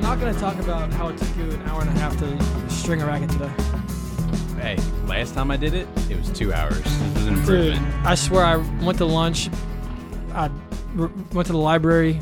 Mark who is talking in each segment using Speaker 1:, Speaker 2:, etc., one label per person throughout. Speaker 1: not going to talk about how it took you an hour and a half to string a racket today.
Speaker 2: Hey, last time I did it, it was two hours. This is an
Speaker 1: Dude,
Speaker 2: improvement.
Speaker 1: I swear I went to lunch. I r- went to the library,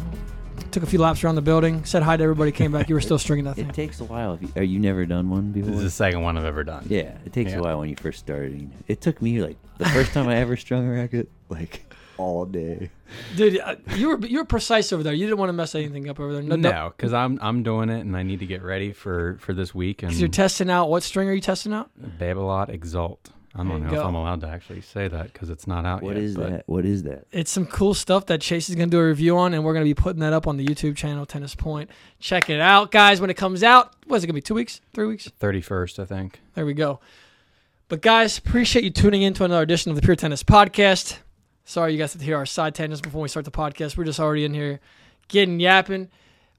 Speaker 1: took a few laps around the building, said hi to everybody, came back. You were still stringing that thing.
Speaker 3: It takes a while. If you, are you never done one before?
Speaker 2: This is the second one I've ever done.
Speaker 3: yeah, it takes
Speaker 2: Yeah.
Speaker 3: a while when you first starting. It took me like the first time I ever strung a racket, like all day.
Speaker 1: Dude, uh, you were you were precise over there. You didn't want to mess anything up over there. No, no.
Speaker 2: No, because I'm I'm doing it and I need to get ready for for this week and
Speaker 1: You're testing out what string are you testing out?
Speaker 2: Babylot Exalt. I
Speaker 1: There
Speaker 2: don't
Speaker 1: you
Speaker 2: know
Speaker 1: go.
Speaker 2: if I'm allowed to actually say that because it's not out
Speaker 3: What
Speaker 2: yet.
Speaker 3: is
Speaker 2: but
Speaker 3: that? What is that?
Speaker 1: It's some cool stuff that Chase is going to do a review on, and we're going to be putting that up on the YouTube channel Tennis Point. Check it out, guys. When it comes out, what is it going to be? Two weeks? Three weeks?
Speaker 2: 31st, I think.
Speaker 1: There we go. But guys, appreciate you tuning in to another edition of the Pure Tennis Podcast. Sorry you guys have to hear our side tangents before we start the podcast. We're just already in here getting yapping.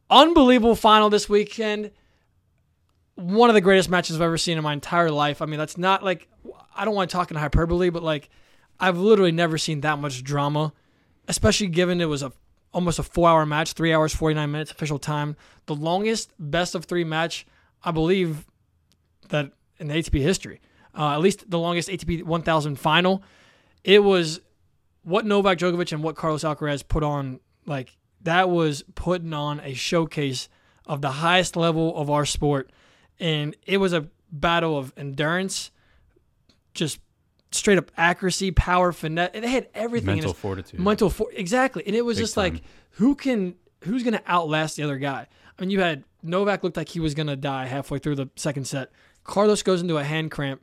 Speaker 1: Unbelievable final this weekend. One of the greatest matches I've ever seen in my entire life. I mean, that's not like I don't want to talk in hyperbole, but like I've literally never seen that much drama, especially given it was a almost a four hour match, three hours, 49 minutes official time. The longest best of three match, I believe, that in the ATP history, uh, at least the longest ATP 1000 final. It was what Novak Djokovic and what Carlos Alcaraz put on. Like that was putting on a showcase of the highest level of our sport, and it was a battle of endurance, just straight up accuracy, power, finesse. And they had everything. in
Speaker 2: Mental
Speaker 1: this-
Speaker 2: fortitude.
Speaker 1: Mental for exactly, and it was
Speaker 2: Big
Speaker 1: just
Speaker 2: time.
Speaker 1: like who can who's going to outlast the other guy. I mean, you had Novak looked like he was going to die halfway through the second set. Carlos goes into a hand cramp,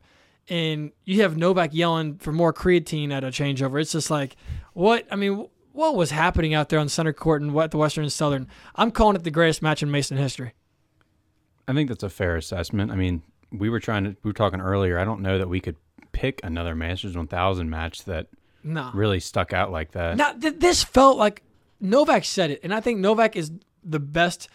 Speaker 1: and you have Novak yelling for more creatine at a changeover. It's just like what I mean. wh- What was happening out there on center court and what the Western and Southern? I'm calling it the greatest match in Mason history.
Speaker 2: I think that's a fair assessment. I mean, we were trying to, we were talking earlier. I don't know that we could pick another Masters 1000 match that
Speaker 1: No,
Speaker 2: really stuck out like that.
Speaker 1: Now, th- this felt like Novak said it, and I think Novak is the best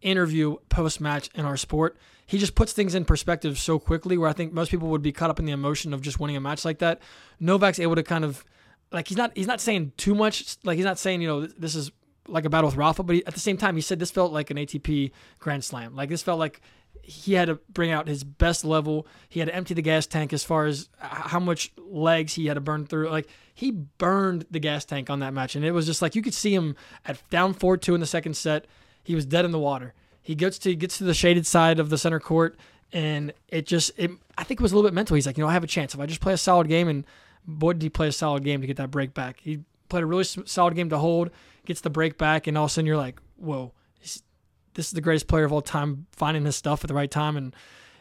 Speaker 1: interview post match in our sport. He just puts things in perspective so quickly where I think most people would be caught up in the emotion of just winning a match like that. Novak's able to kind of like he's not he's not saying too much like he's not saying, you know, th- this is like a battle with Rafa, but he, at the same time he said this felt like an ATP Grand Slam. Like this felt like he had to bring out his best level. He had to empty the gas tank as far as h- how much legs he had to burn through. Like he burned the gas tank on that match, and it was just like you could see him at down four two in the second set. He was dead in the water. He gets to gets to the shaded side of the center court, and it just it I think it was a little bit mental. He's like, you know, I have a chance if I just play a solid game, and boy did he play a solid game to get that break back. He played a really s- solid game to hold, gets the break back, and all of a sudden you're like, whoa, this is the greatest player of all time finding his stuff at the right time and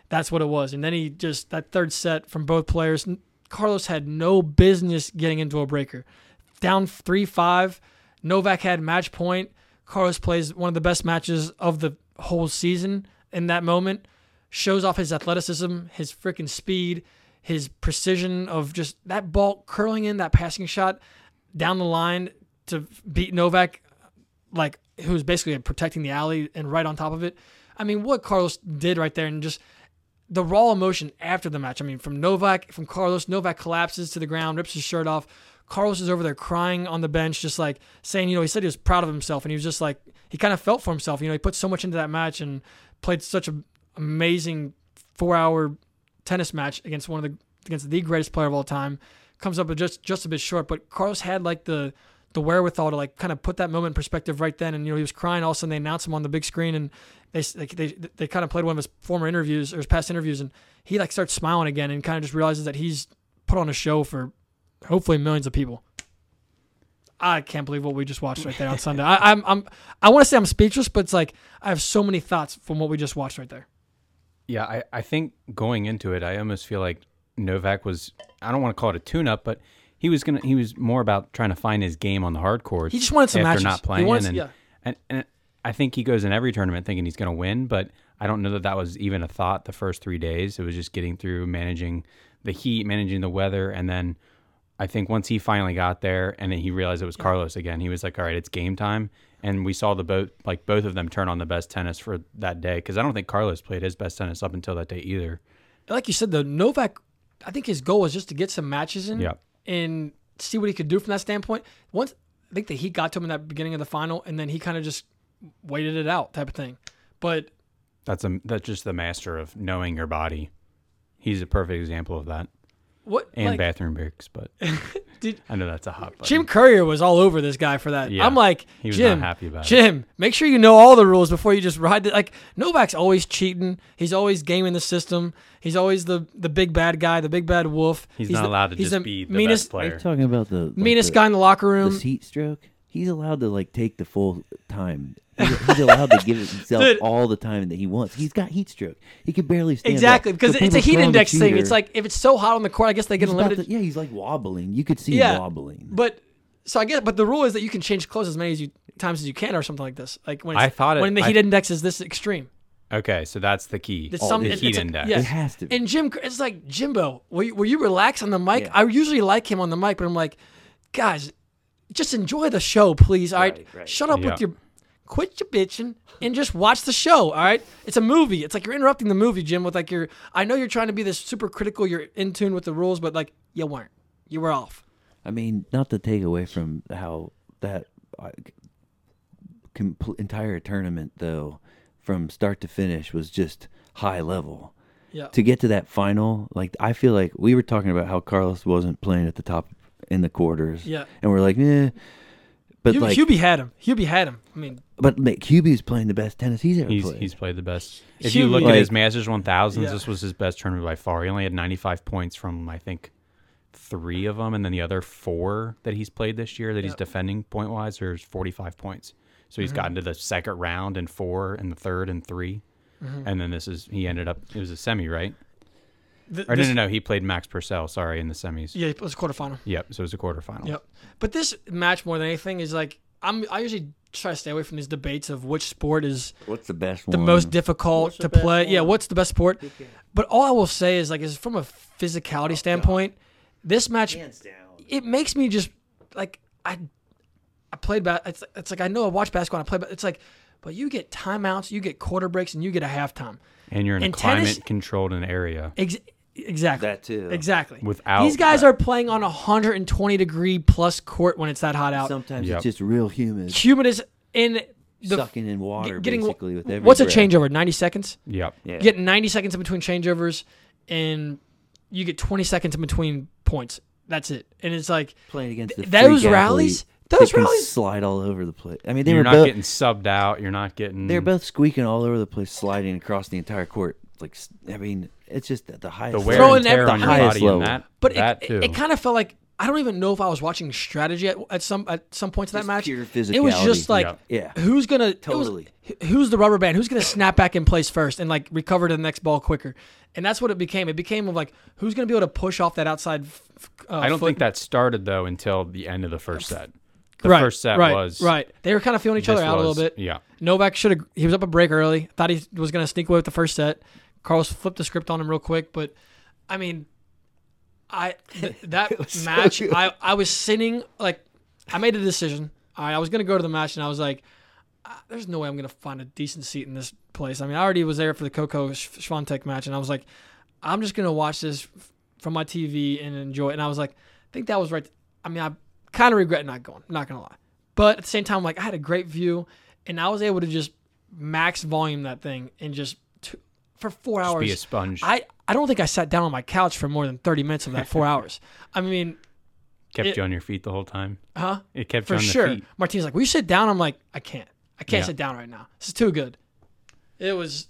Speaker 1: that's what it was and then he just that third set from both players n- carlos had no business getting into a breaker down 3-5 novak had match point carlos plays one of the best matches of the whole season in that moment shows off his athleticism his freaking speed his precision of just that ball curling in that passing shot down the line to beat novak like who was basically protecting the alley and right on top of it. I mean, what Carlos did right there and just the raw emotion after the match. I mean, from Novak, from Carlos, Novak collapses to the ground, rips his shirt off. Carlos is over there crying on the bench, just like saying, you know, he said he was proud of himself and he was just like, he kind of felt for himself. You know, he put so much into that match and played such an amazing four hour tennis match against one of the against the greatest player of all time comes up with just just a bit short but carlos had like the the wherewithal to like kind of put that moment in perspective right then and you know he was crying all of a sudden they announced him on the big screen and they s- like, they they kind of played one of his former interviews or his past interviews and he like starts smiling again and kind of just realizes that he's put on a show for hopefully millions of people I can't believe what we just watched right there on Sunday. I, I'm, I'm, I want to say I'm speechless, but it's like I have so many thoughts from what we just watched right there.
Speaker 2: Yeah, I, I think going into it, I almost feel like Novak was I don't want to call it a tune up, but he was gonna he was more about trying to find his game on the hard courts.
Speaker 1: He just wanted some matches.
Speaker 2: after not
Speaker 1: He
Speaker 2: playing
Speaker 1: wanted-
Speaker 2: and,
Speaker 1: yeah.
Speaker 2: and and I think he goes in every tournament thinking he's gonna win, but I don't know that that was even a thought the first three days. It was just getting through, managing the heat, managing the weather, and then I think once he finally got there and then he realized it was Carlos again, he was like, "All right, it's game time." And we saw the both like both of them turn on the best tennis for that day because I don't think Carlos played his best tennis up until that day either.
Speaker 1: like you said, though, Novak, I think his goal was just to get some matches in
Speaker 2: Yeah.
Speaker 1: and see what he could do from that standpoint. Once I think that he got to him in that beginning of the final, and then he kind of just waited it out type of thing. But
Speaker 2: That's a that's just the master of knowing your body. He's a perfect example of that,
Speaker 1: What
Speaker 2: and
Speaker 1: like,
Speaker 2: bathroom breaks. But
Speaker 1: Did-
Speaker 2: I know that's a hot.
Speaker 1: Jim
Speaker 2: button.
Speaker 1: Courier was all over this guy for that.
Speaker 2: Yeah.
Speaker 1: I'm like,
Speaker 2: He was
Speaker 1: Jim,
Speaker 2: not happy about it."
Speaker 1: Jim, make sure you know all the rules before you just ride. The, like Novak's always cheating. He's always gaming the system. He's always the the big bad guy, the big bad wolf.
Speaker 2: He's, not
Speaker 1: the-
Speaker 2: allowed to
Speaker 1: he's
Speaker 2: just be the
Speaker 1: meanest,
Speaker 2: best
Speaker 3: Are you
Speaker 2: player.
Speaker 3: talking about the like,
Speaker 1: meanest
Speaker 3: the-
Speaker 1: guy in the locker room.
Speaker 3: the seat stroke? He's allowed to like take the full time. He's, he's allowed to give it himself
Speaker 1: Dude.
Speaker 3: all the time that he wants. He's got heat stroke. He could barely stand
Speaker 1: Exactly,
Speaker 3: up.
Speaker 1: because
Speaker 3: So
Speaker 1: it's a
Speaker 3: people
Speaker 1: heat
Speaker 3: throw him
Speaker 1: index thing. It's
Speaker 3: cheater.
Speaker 1: like if it's so hot on the court, I guess they get
Speaker 3: He's about
Speaker 1: unlimited.
Speaker 3: to- yeah, he's like wobbling. You could see
Speaker 1: Yeah.
Speaker 3: him wobbling.
Speaker 1: But so I guess, but the rule is that you can change clothes as many as you times as you can, or something like this. Like when
Speaker 2: I
Speaker 1: it's,
Speaker 2: thought it-
Speaker 1: when the
Speaker 2: I-
Speaker 1: heat index is this extreme.
Speaker 2: Okay, so that's the key.
Speaker 1: It's
Speaker 2: Oh,
Speaker 1: some-
Speaker 2: the
Speaker 1: it's
Speaker 2: heat
Speaker 1: like-
Speaker 2: index.
Speaker 1: yeah.
Speaker 3: It has to. Be.
Speaker 1: And Jim, it's like Jimbo. Will you, will you relax on the mic?
Speaker 3: Yeah.
Speaker 1: I usually like him on the mic, but I'm like, guys, just enjoy the show, please. All right,
Speaker 3: Right, right.
Speaker 1: shut up
Speaker 2: Yeah.
Speaker 1: with your, quit your bitching and just watch the show. All right, it's a movie. It's like you're interrupting the movie, Jim. With like your, I know you're trying to be this super critical. You're in tune with the rules, but like you weren't. You were off.
Speaker 3: I mean, not to take away from how that uh, compl- entire tournament, though, from start to finish, was just high level.
Speaker 1: Yeah.
Speaker 3: To get to that final, like I feel like we were talking about how Carlos wasn't playing at the top in the quarters.
Speaker 1: Yeah.
Speaker 3: and we're like, eh. But
Speaker 1: Hu-
Speaker 3: like,
Speaker 1: Hubie had him. Hubie had him. I mean,
Speaker 3: but like, Hubie's playing the best tennis he's ever
Speaker 2: He's
Speaker 3: played.
Speaker 2: he's played the best. If you look
Speaker 1: Huge.
Speaker 2: at his
Speaker 3: Like-
Speaker 2: Masters 1000s,
Speaker 1: Yeah.
Speaker 2: this was his best tournament by far. He only had 95 points from I think three of them, and then the other four that he's played this year that he's
Speaker 1: Yep. Mm-hmm.
Speaker 2: defending point wise, there's 45 points. So he's gotten to the second round and four, and the third and 3
Speaker 1: Mm-hmm.
Speaker 2: and then this is he ended up. It was a semi, right?
Speaker 1: th-
Speaker 2: Or
Speaker 1: this-
Speaker 2: no, no, no. He played Max Purcell. Sorry, in the semis.
Speaker 1: yeah, it was quarterfinal.
Speaker 2: Yep. So it was a quarterfinal.
Speaker 1: Yep. But this match more than anything is like I'm. I usually try to stay away from these debates of which sport is
Speaker 3: What's the best
Speaker 1: the
Speaker 3: one?
Speaker 1: most difficult to play. Yeah, what's the best sport? But all I will say is like is from a
Speaker 3: Oh,
Speaker 1: physicality standpoint, this match it makes me just like I I played bas It's, it's like I know I watch basketball. and I play, but it's like, but you get timeouts, you get quarter breaks, and you get a halftime.
Speaker 2: And you're in a
Speaker 1: And tennis-
Speaker 2: climate controlled an area.
Speaker 1: Ex- exactly.
Speaker 3: That too.
Speaker 1: Exactly.
Speaker 2: Without
Speaker 1: these guys are playing on a 120 degree plus court when it's that hot out.
Speaker 3: Sometimes
Speaker 2: Yep.
Speaker 3: it's just real humid,
Speaker 1: humid is in the
Speaker 3: sucking
Speaker 1: get-
Speaker 3: in water
Speaker 1: getting
Speaker 3: basically with every.
Speaker 1: what's a
Speaker 3: breath.
Speaker 1: changeover 90 seconds
Speaker 2: Yep.
Speaker 3: Yeah.
Speaker 1: you get 90 seconds in between changeovers and you get 20 seconds in between points that's it and it's like
Speaker 3: playing against the
Speaker 1: Th- those
Speaker 3: freak
Speaker 1: rallies-
Speaker 3: athlete that
Speaker 1: those
Speaker 3: can
Speaker 1: rallies-
Speaker 3: slide all over the place. I mean, they
Speaker 2: you're
Speaker 3: were
Speaker 2: not
Speaker 3: both
Speaker 2: getting subbed out. You're not getting.
Speaker 3: they were both squeaking all over the place, sliding across the entire court. Like s- I mean, it's just at the
Speaker 2: the
Speaker 3: highest.
Speaker 2: wear
Speaker 1: Throwing
Speaker 2: and tear
Speaker 1: every-
Speaker 2: on your
Speaker 3: the highest
Speaker 2: body
Speaker 3: level.
Speaker 2: and that,
Speaker 1: but
Speaker 2: that
Speaker 1: it,
Speaker 2: too.
Speaker 1: it, kind of felt like i don't even know if i was watching strategy at, at some at some points of
Speaker 3: Just
Speaker 1: that match
Speaker 3: pure
Speaker 1: it was just
Speaker 3: physicality.
Speaker 1: like
Speaker 3: Yeah. Yeah.
Speaker 1: who's gonna it was-
Speaker 3: Totally.
Speaker 1: wh- who's the rubber band who's gonna snap back in place first and like recover to the next ball quicker and that's what it became it became of like who's gonna be able to push off that outside f- f- uh,
Speaker 2: I don't
Speaker 1: foot.
Speaker 2: think that started though until the end of the first set. The
Speaker 1: right,
Speaker 2: first set
Speaker 1: right,
Speaker 2: was
Speaker 1: right they were kind of feeling each
Speaker 2: this
Speaker 1: other out a
Speaker 2: was-
Speaker 1: little bit
Speaker 2: Yeah,
Speaker 1: Novak should have. He was up a break early. Thought he was going to sneak away with the first set. Carlos flipped the script on him real quick, but I mean, I th- that
Speaker 3: so
Speaker 1: match.
Speaker 3: good.
Speaker 1: I I was sitting like I made a decision. All right, I was going to go to the match, and I was like, "Ah, "There's no way I'm going to find a decent seat in this place." I mean, I already was there for the Coco Schwantek match, and I was like, "I'm just going to watch this f- from my TV and enjoy." it. And I was like, "I think that was right." I mean, I kind of regret not going. Not going to lie. But at the same time, like I had a great view, and I was able to just max volume that thing and just t- for four
Speaker 2: just
Speaker 1: hours.
Speaker 2: be a sponge.
Speaker 1: I I don't think I sat down on my couch for more than thirty minutes of that four hours. I mean,
Speaker 2: kept
Speaker 1: it-
Speaker 2: you on your feet the whole time.
Speaker 1: huh?
Speaker 2: It kept you
Speaker 1: For
Speaker 2: on
Speaker 1: sure.
Speaker 2: the feet.
Speaker 1: Martina's like, "Will you sit down?" I'm like, "I can't. I can't
Speaker 2: Yeah.
Speaker 1: sit down right now. This is too good." It was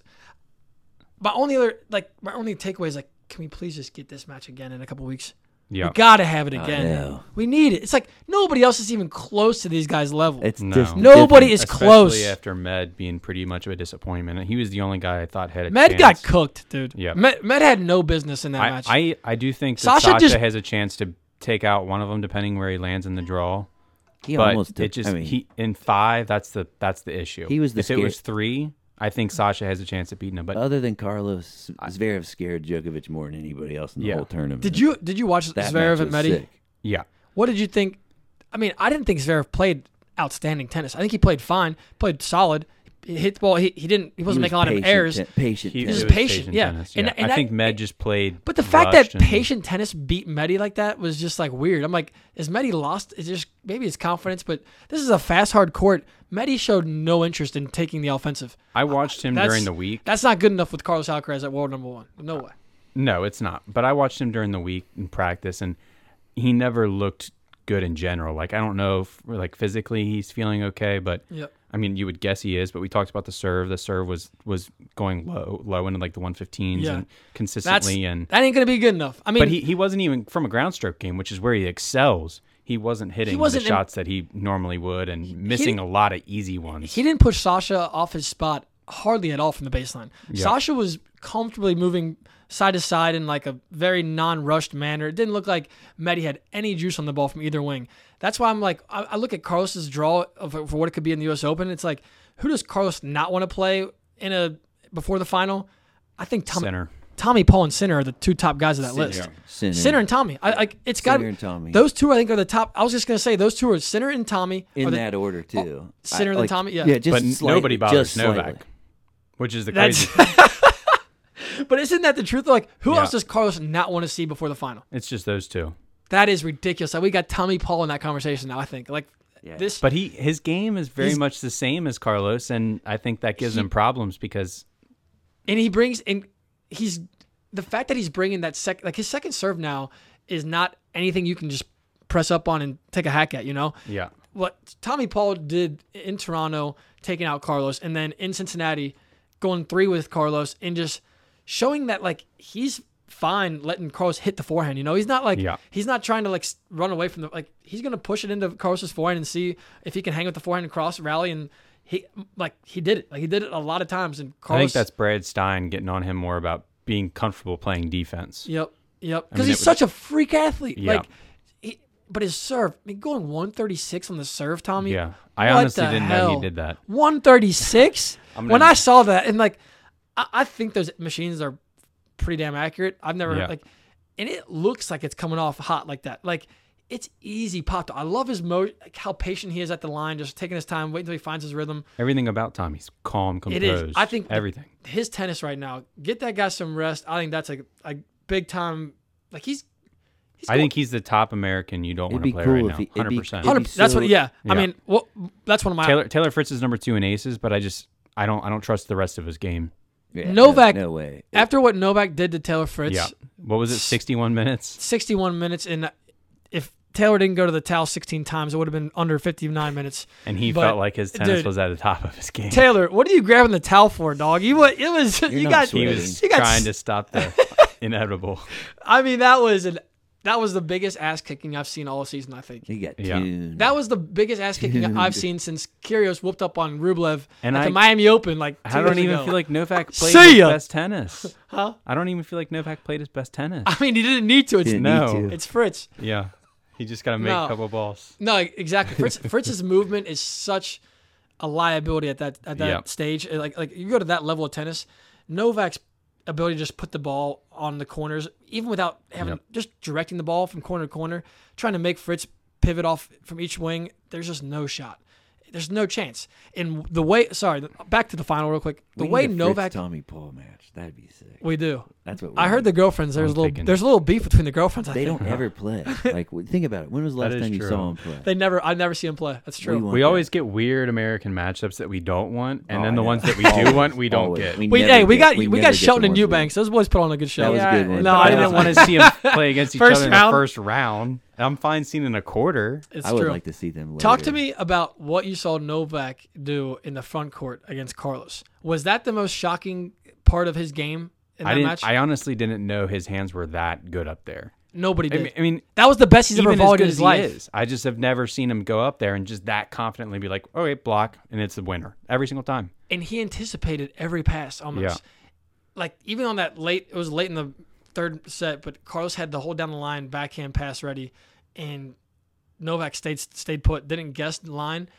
Speaker 1: my only other like my only takeaway is like, can we please just get this match again in a couple weeks?
Speaker 2: Yeah,
Speaker 1: We gotta have it again.
Speaker 3: know.
Speaker 1: We need it. It's like nobody else is even close to these guys' level.
Speaker 3: It's
Speaker 2: No.
Speaker 3: just
Speaker 1: Nobody
Speaker 3: different.
Speaker 1: is
Speaker 2: especially
Speaker 1: close.
Speaker 2: after Med being pretty much of a disappointment. He was the only guy I thought had a
Speaker 1: Med
Speaker 2: chance.
Speaker 1: got cooked, dude.
Speaker 2: Yeah.
Speaker 1: Med, Med had no business in that
Speaker 2: I,
Speaker 1: match.
Speaker 2: I I do think that
Speaker 1: Sasha
Speaker 2: Sasha,
Speaker 1: just-
Speaker 2: has a chance to take out one of them, depending where he lands in the draw.
Speaker 3: He
Speaker 2: but
Speaker 3: almost did.
Speaker 2: it just
Speaker 3: I mean,
Speaker 2: he in five. That's the that's the issue.
Speaker 3: He was the
Speaker 2: if it
Speaker 3: scar-
Speaker 2: was three. I think Sasha has a chance at beating him, but
Speaker 3: other than Carlos, Zverev scared Djokovic more than anybody else in the
Speaker 2: Yeah.
Speaker 3: whole tournament.
Speaker 1: did you did you watch
Speaker 3: That
Speaker 1: Zverev and
Speaker 3: match was
Speaker 1: Medi?
Speaker 3: sick.
Speaker 2: yeah,
Speaker 1: What did you think? I mean, I didn't think Zverev played outstanding tennis. I think he played fine, played solid. He- He hit the ball. He, he didn't. He wasn't
Speaker 3: He was
Speaker 1: making a lot of
Speaker 3: patient
Speaker 1: errors.
Speaker 3: ten- patient.
Speaker 2: He
Speaker 3: tennis.
Speaker 1: was
Speaker 2: it was
Speaker 1: patient, yeah.
Speaker 2: tennis,
Speaker 1: And- and
Speaker 2: I
Speaker 1: I-
Speaker 2: think Med just played.
Speaker 1: But the fact that
Speaker 2: rushed and-
Speaker 1: patient tennis beat Meddy like that was just like weird. I'm like, is Meddy lost? Is just maybe his confidence? But this is a fast, hard court. Meddy showed no interest in taking the offensive.
Speaker 2: I watched him
Speaker 1: That's-
Speaker 2: during the week.
Speaker 1: That's not good enough with Carlos Alcaraz at world number one. No way.
Speaker 2: No, it's not. But I watched him during the week in practice, and he never looked good in general. Like I don't know, if, like physically he's feeling okay, but
Speaker 1: Yep.
Speaker 2: I mean, you would guess he is. But we talked about the serve. The serve was was going low, low into like the one fifteens,
Speaker 1: Yeah.
Speaker 2: and
Speaker 1: That's
Speaker 2: consistently. and
Speaker 1: that ain't gonna be good enough. I mean,
Speaker 2: but he he wasn't even from a ground stroke game, which is where he excels. He wasn't hitting
Speaker 1: wasn't
Speaker 2: the
Speaker 1: in-
Speaker 2: shots that he normally would, and missing a lot of easy ones.
Speaker 1: he didn't push Sasha off his spot hardly at all from the baseline. Sasha was comfortably moving side to side in like a very non-rushed manner. It didn't look like Medi had any juice on the ball from either wing. That's why I'm like, I, I look at Carlos's draw of, for what it could be in the U.S. Open. It's like, who does Carlos not want to play in a before the final? I think Tommy,
Speaker 2: Center.
Speaker 1: Tommy Paul and Sinner are the two top guys of that list.
Speaker 3: Sinner.
Speaker 1: Sinner and Tommy. I, I, it's got
Speaker 3: Sinner and Tommy.
Speaker 1: Those two, I think, are the top. I was just gonna say those two are Sinner and Tommy.
Speaker 3: in
Speaker 1: are the-
Speaker 3: that order too.
Speaker 1: Sinner
Speaker 3: I-
Speaker 1: than Tommy? Yeah.
Speaker 3: yeah. Just
Speaker 2: but n-
Speaker 3: slightly,
Speaker 2: nobody bothers
Speaker 3: just slightly.
Speaker 2: Novak, which is the
Speaker 1: That's-
Speaker 2: crazy.
Speaker 1: But isn't that the truth? Like, who
Speaker 2: Yeah.
Speaker 1: else does Carlos not want to see before the final?
Speaker 2: it's just those two.
Speaker 1: That is ridiculous. Like, we got Tommy Paul in that conversation now. I think like this.
Speaker 2: But he his game is very
Speaker 1: He's-
Speaker 2: much the same as Carlos, and I think that gives him problems because
Speaker 1: and he brings and he's the fact that he's bringing that second like his second serve now is not anything you can just press up on and take a hack at. You know
Speaker 2: yeah,
Speaker 1: what Tommy Paul did in Toronto, taking out Carlos, and then in Cincinnati, going three with Carlos and just showing that like he's fine letting Carlos hit the forehand. You know, he's not like
Speaker 2: Yeah.
Speaker 1: he's not trying to like s- run away from the like he's gonna push it into Carlos's forehand and see if he can hang with the forehand and cross rally and he like he did it like he did it a lot of times and
Speaker 2: I
Speaker 1: Carlos
Speaker 2: think that's Brad Stein getting on him more about being comfortable playing defense.
Speaker 1: Yep, yep.
Speaker 2: mean,
Speaker 1: Because
Speaker 2: it
Speaker 1: he's
Speaker 2: was-
Speaker 1: such a freak athlete.
Speaker 2: Yeah.
Speaker 1: Like, he, but his serve, I mean, going 136 on the serve, Tommy.
Speaker 2: Yeah. I
Speaker 1: what
Speaker 2: honestly
Speaker 1: the
Speaker 2: didn't know
Speaker 1: hell?
Speaker 2: he did that.
Speaker 1: 136.
Speaker 2: I'm
Speaker 1: when
Speaker 2: gonna-
Speaker 1: I saw that, and like, I, I think those machines are pretty damn accurate. I've never
Speaker 2: Yeah.
Speaker 1: like, and it looks like it's coming off hot like that. Like. It's easy popped. I love his mo, like how patient he is at the line, just taking his time, waiting until he finds his rhythm.
Speaker 2: Everything about Tommy's calm, composed.
Speaker 1: It is. I think the-
Speaker 2: everything.
Speaker 1: his tennis right now. Get that guy some rest. I think that's like a big time. Like he's, he's
Speaker 2: I think he's the top American you don't want
Speaker 3: It'd
Speaker 2: to
Speaker 3: be
Speaker 2: play
Speaker 3: cool
Speaker 2: right
Speaker 3: if
Speaker 2: now.
Speaker 3: he- it'd be-
Speaker 2: Hundred percent.
Speaker 3: it'd be-
Speaker 1: Hundred- that's what.
Speaker 3: so-
Speaker 1: Yeah. I
Speaker 2: Yeah.
Speaker 1: mean, well, that's one of my
Speaker 2: Taylor Taylor Fritz is number two in aces, but I just I don't I don't trust the rest of his game.
Speaker 3: Yeah,
Speaker 1: Novak-
Speaker 3: No, no way.
Speaker 1: after what Novak did to Taylor Fritz.
Speaker 2: yeah. What was it? Sixty one minutes.
Speaker 1: Sixty-one minutes, and if Taylor didn't go to the towel sixteen times, it would have been under fifty-nine minutes.
Speaker 2: And he
Speaker 1: But,
Speaker 2: felt like his tennis
Speaker 1: dude,
Speaker 2: was at the top of his game.
Speaker 1: Taylor, what are you grabbing the towel for, dog? You what? It was you
Speaker 3: not
Speaker 1: got.
Speaker 2: he
Speaker 3: sweating.
Speaker 2: was
Speaker 1: you got
Speaker 2: trying
Speaker 1: s-
Speaker 2: to stop the inevitable.
Speaker 1: I mean, that was an that was the biggest ass kicking I've seen all season. I think.
Speaker 3: He got
Speaker 2: Yeah.
Speaker 3: tuned.
Speaker 1: That was the biggest ass kicking I've seen since Kyrgios whooped up on Rublev
Speaker 2: And
Speaker 1: at the
Speaker 2: I-
Speaker 1: Miami Open. Like two
Speaker 2: I don't
Speaker 1: years
Speaker 2: even
Speaker 1: ago.
Speaker 2: feel like Novak played
Speaker 1: See
Speaker 2: his
Speaker 1: ya.
Speaker 2: best tennis.
Speaker 1: Huh? Ah.
Speaker 2: I don't even feel like Novak played his best tennis.
Speaker 1: I mean, he didn't need to. It's
Speaker 3: Didn't
Speaker 2: No.
Speaker 3: need to.
Speaker 1: it's Fritz.
Speaker 2: yeah. He just got to make
Speaker 1: No.
Speaker 2: a couple balls.
Speaker 1: No, e-, exactly. Fritz, Fritz's movement is such a liability at that at that
Speaker 2: Yep.
Speaker 1: stage. Like like you go to that level of tennis, Novak's ability to just put the ball on the corners, even without having
Speaker 2: Yep.
Speaker 1: just directing the ball from corner to corner, trying to make Fritz pivot off from each wing. There's just no shot. There's no chance. And the way, sorry, back to the final real quick. The
Speaker 3: We need
Speaker 1: way
Speaker 3: a Fritz
Speaker 1: Novak,
Speaker 3: Tommy Paul match. That'd be sick.
Speaker 1: we do.
Speaker 3: That's what we
Speaker 1: I heard
Speaker 3: need.
Speaker 1: the girlfriends. There's a
Speaker 2: I'm
Speaker 1: little.
Speaker 2: thinking-
Speaker 1: There's a little beef between the girlfriends. I
Speaker 3: they
Speaker 1: think.
Speaker 3: don't ever play. Like w- think about it. When was the last
Speaker 2: is
Speaker 3: time you
Speaker 2: true.
Speaker 3: saw him play?
Speaker 1: They never. I never see him play. That's true.
Speaker 3: want
Speaker 2: We
Speaker 3: that.
Speaker 2: always get weird American matchups that we don't want, and
Speaker 3: Oh,
Speaker 2: then
Speaker 3: I
Speaker 2: the
Speaker 3: know.
Speaker 2: ones that we do
Speaker 3: Always,
Speaker 2: want, we don't
Speaker 3: always.
Speaker 2: get.
Speaker 3: We
Speaker 1: We,
Speaker 3: never
Speaker 1: hey, we
Speaker 3: get-
Speaker 1: got we,
Speaker 3: never
Speaker 1: got
Speaker 3: get
Speaker 1: Shelton
Speaker 3: the
Speaker 1: and
Speaker 3: ones we-
Speaker 1: Eubanks. Those boys put on a good show.
Speaker 3: That was a good one.
Speaker 1: No,
Speaker 2: but
Speaker 1: I
Speaker 2: I
Speaker 1: didn't
Speaker 2: didn't want
Speaker 1: want
Speaker 2: to see him play against each
Speaker 1: First
Speaker 2: other in
Speaker 1: round.
Speaker 2: the first round. I'm fine seeing an accorder.
Speaker 1: It's
Speaker 3: I would
Speaker 1: true.
Speaker 3: like to see them. Later.
Speaker 1: Talk to me about what you saw Novak do in the front court against Carlos. Was that the most shocking part of his game in
Speaker 2: I
Speaker 1: that
Speaker 2: didn't.
Speaker 1: match?
Speaker 2: I honestly didn't know his hands were that good up there.
Speaker 1: Nobody
Speaker 2: I
Speaker 1: did.
Speaker 2: mean, I mean
Speaker 1: that was the best he's ever
Speaker 2: even as
Speaker 1: volleyed
Speaker 2: good
Speaker 1: in
Speaker 2: as
Speaker 1: his
Speaker 2: he
Speaker 1: life.
Speaker 2: is, I just have never seen him go up there and just that confidently be like, "All right, block," and it's a winner every single time.
Speaker 1: and he anticipated every pass almost. Like even on that late, it was late in the third set, but Carlos had the whole down the line backhand pass ready, and Novak stayed stayed put, didn't guess the line.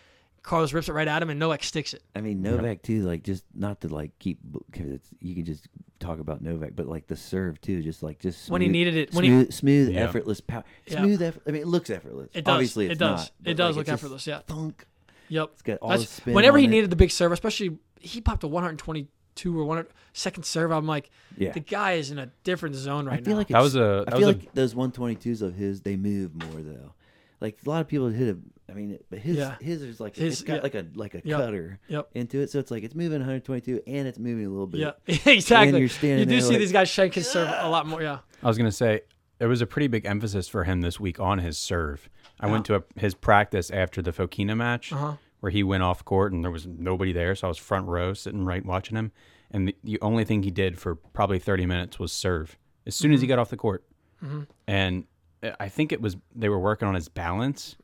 Speaker 1: Carlos rips it right at him, and Novak sticks it.
Speaker 3: I mean Novak too. Like just not to like keep because you can just talk about Novak, but like the serve too. Just like just smooth,
Speaker 1: When he needed it- when he-
Speaker 3: smooth, smooth
Speaker 2: Yeah.
Speaker 3: effortless power.
Speaker 1: Yeah.
Speaker 3: Smooth. Eff- I mean, it looks effortless.
Speaker 1: It does.
Speaker 3: Obviously,
Speaker 1: it
Speaker 3: it's
Speaker 1: does.
Speaker 3: not,
Speaker 1: it
Speaker 3: but,
Speaker 1: does
Speaker 3: like,
Speaker 1: look
Speaker 3: it's just
Speaker 1: effortless. Yeah.
Speaker 3: Thunk.
Speaker 1: Yep.
Speaker 3: got all
Speaker 1: That's-
Speaker 3: the spin
Speaker 1: whenever
Speaker 3: on
Speaker 1: he
Speaker 3: it.
Speaker 1: needed the big serve, especially he popped a 122 or 100 second serve. I'm like,
Speaker 3: Yeah.
Speaker 1: the guy is in a different zone right
Speaker 3: I feel
Speaker 1: now.
Speaker 3: like
Speaker 2: That
Speaker 3: it's-
Speaker 2: was a- that
Speaker 3: I feel
Speaker 2: was a-
Speaker 3: like those 122s of his they move more though. Like a lot of people hit a. I mean, but his
Speaker 1: Yeah.
Speaker 3: his is like
Speaker 1: His-
Speaker 3: it's got
Speaker 1: yeah.
Speaker 3: like a like a
Speaker 1: Yep.
Speaker 3: cutter
Speaker 1: Yep.
Speaker 3: into it, so it's like it's moving 122 and it's moving a little bit.
Speaker 1: yeah, exactly.
Speaker 3: you're standing
Speaker 1: you do
Speaker 3: there
Speaker 1: see
Speaker 3: like,
Speaker 1: these guys shank his serve a lot more. Yeah,
Speaker 2: I was gonna say there was a pretty big emphasis for him this week on his serve. I went to a, his practice after the Fokina match
Speaker 1: Uh-huh.
Speaker 2: where he went off court and there was nobody there, so I was front row sitting right watching him. And the, the only thing he did for probably thirty minutes was serve as soon
Speaker 1: Mm-hmm.
Speaker 2: as he got off the court. And I- I think it was they were working on his balance.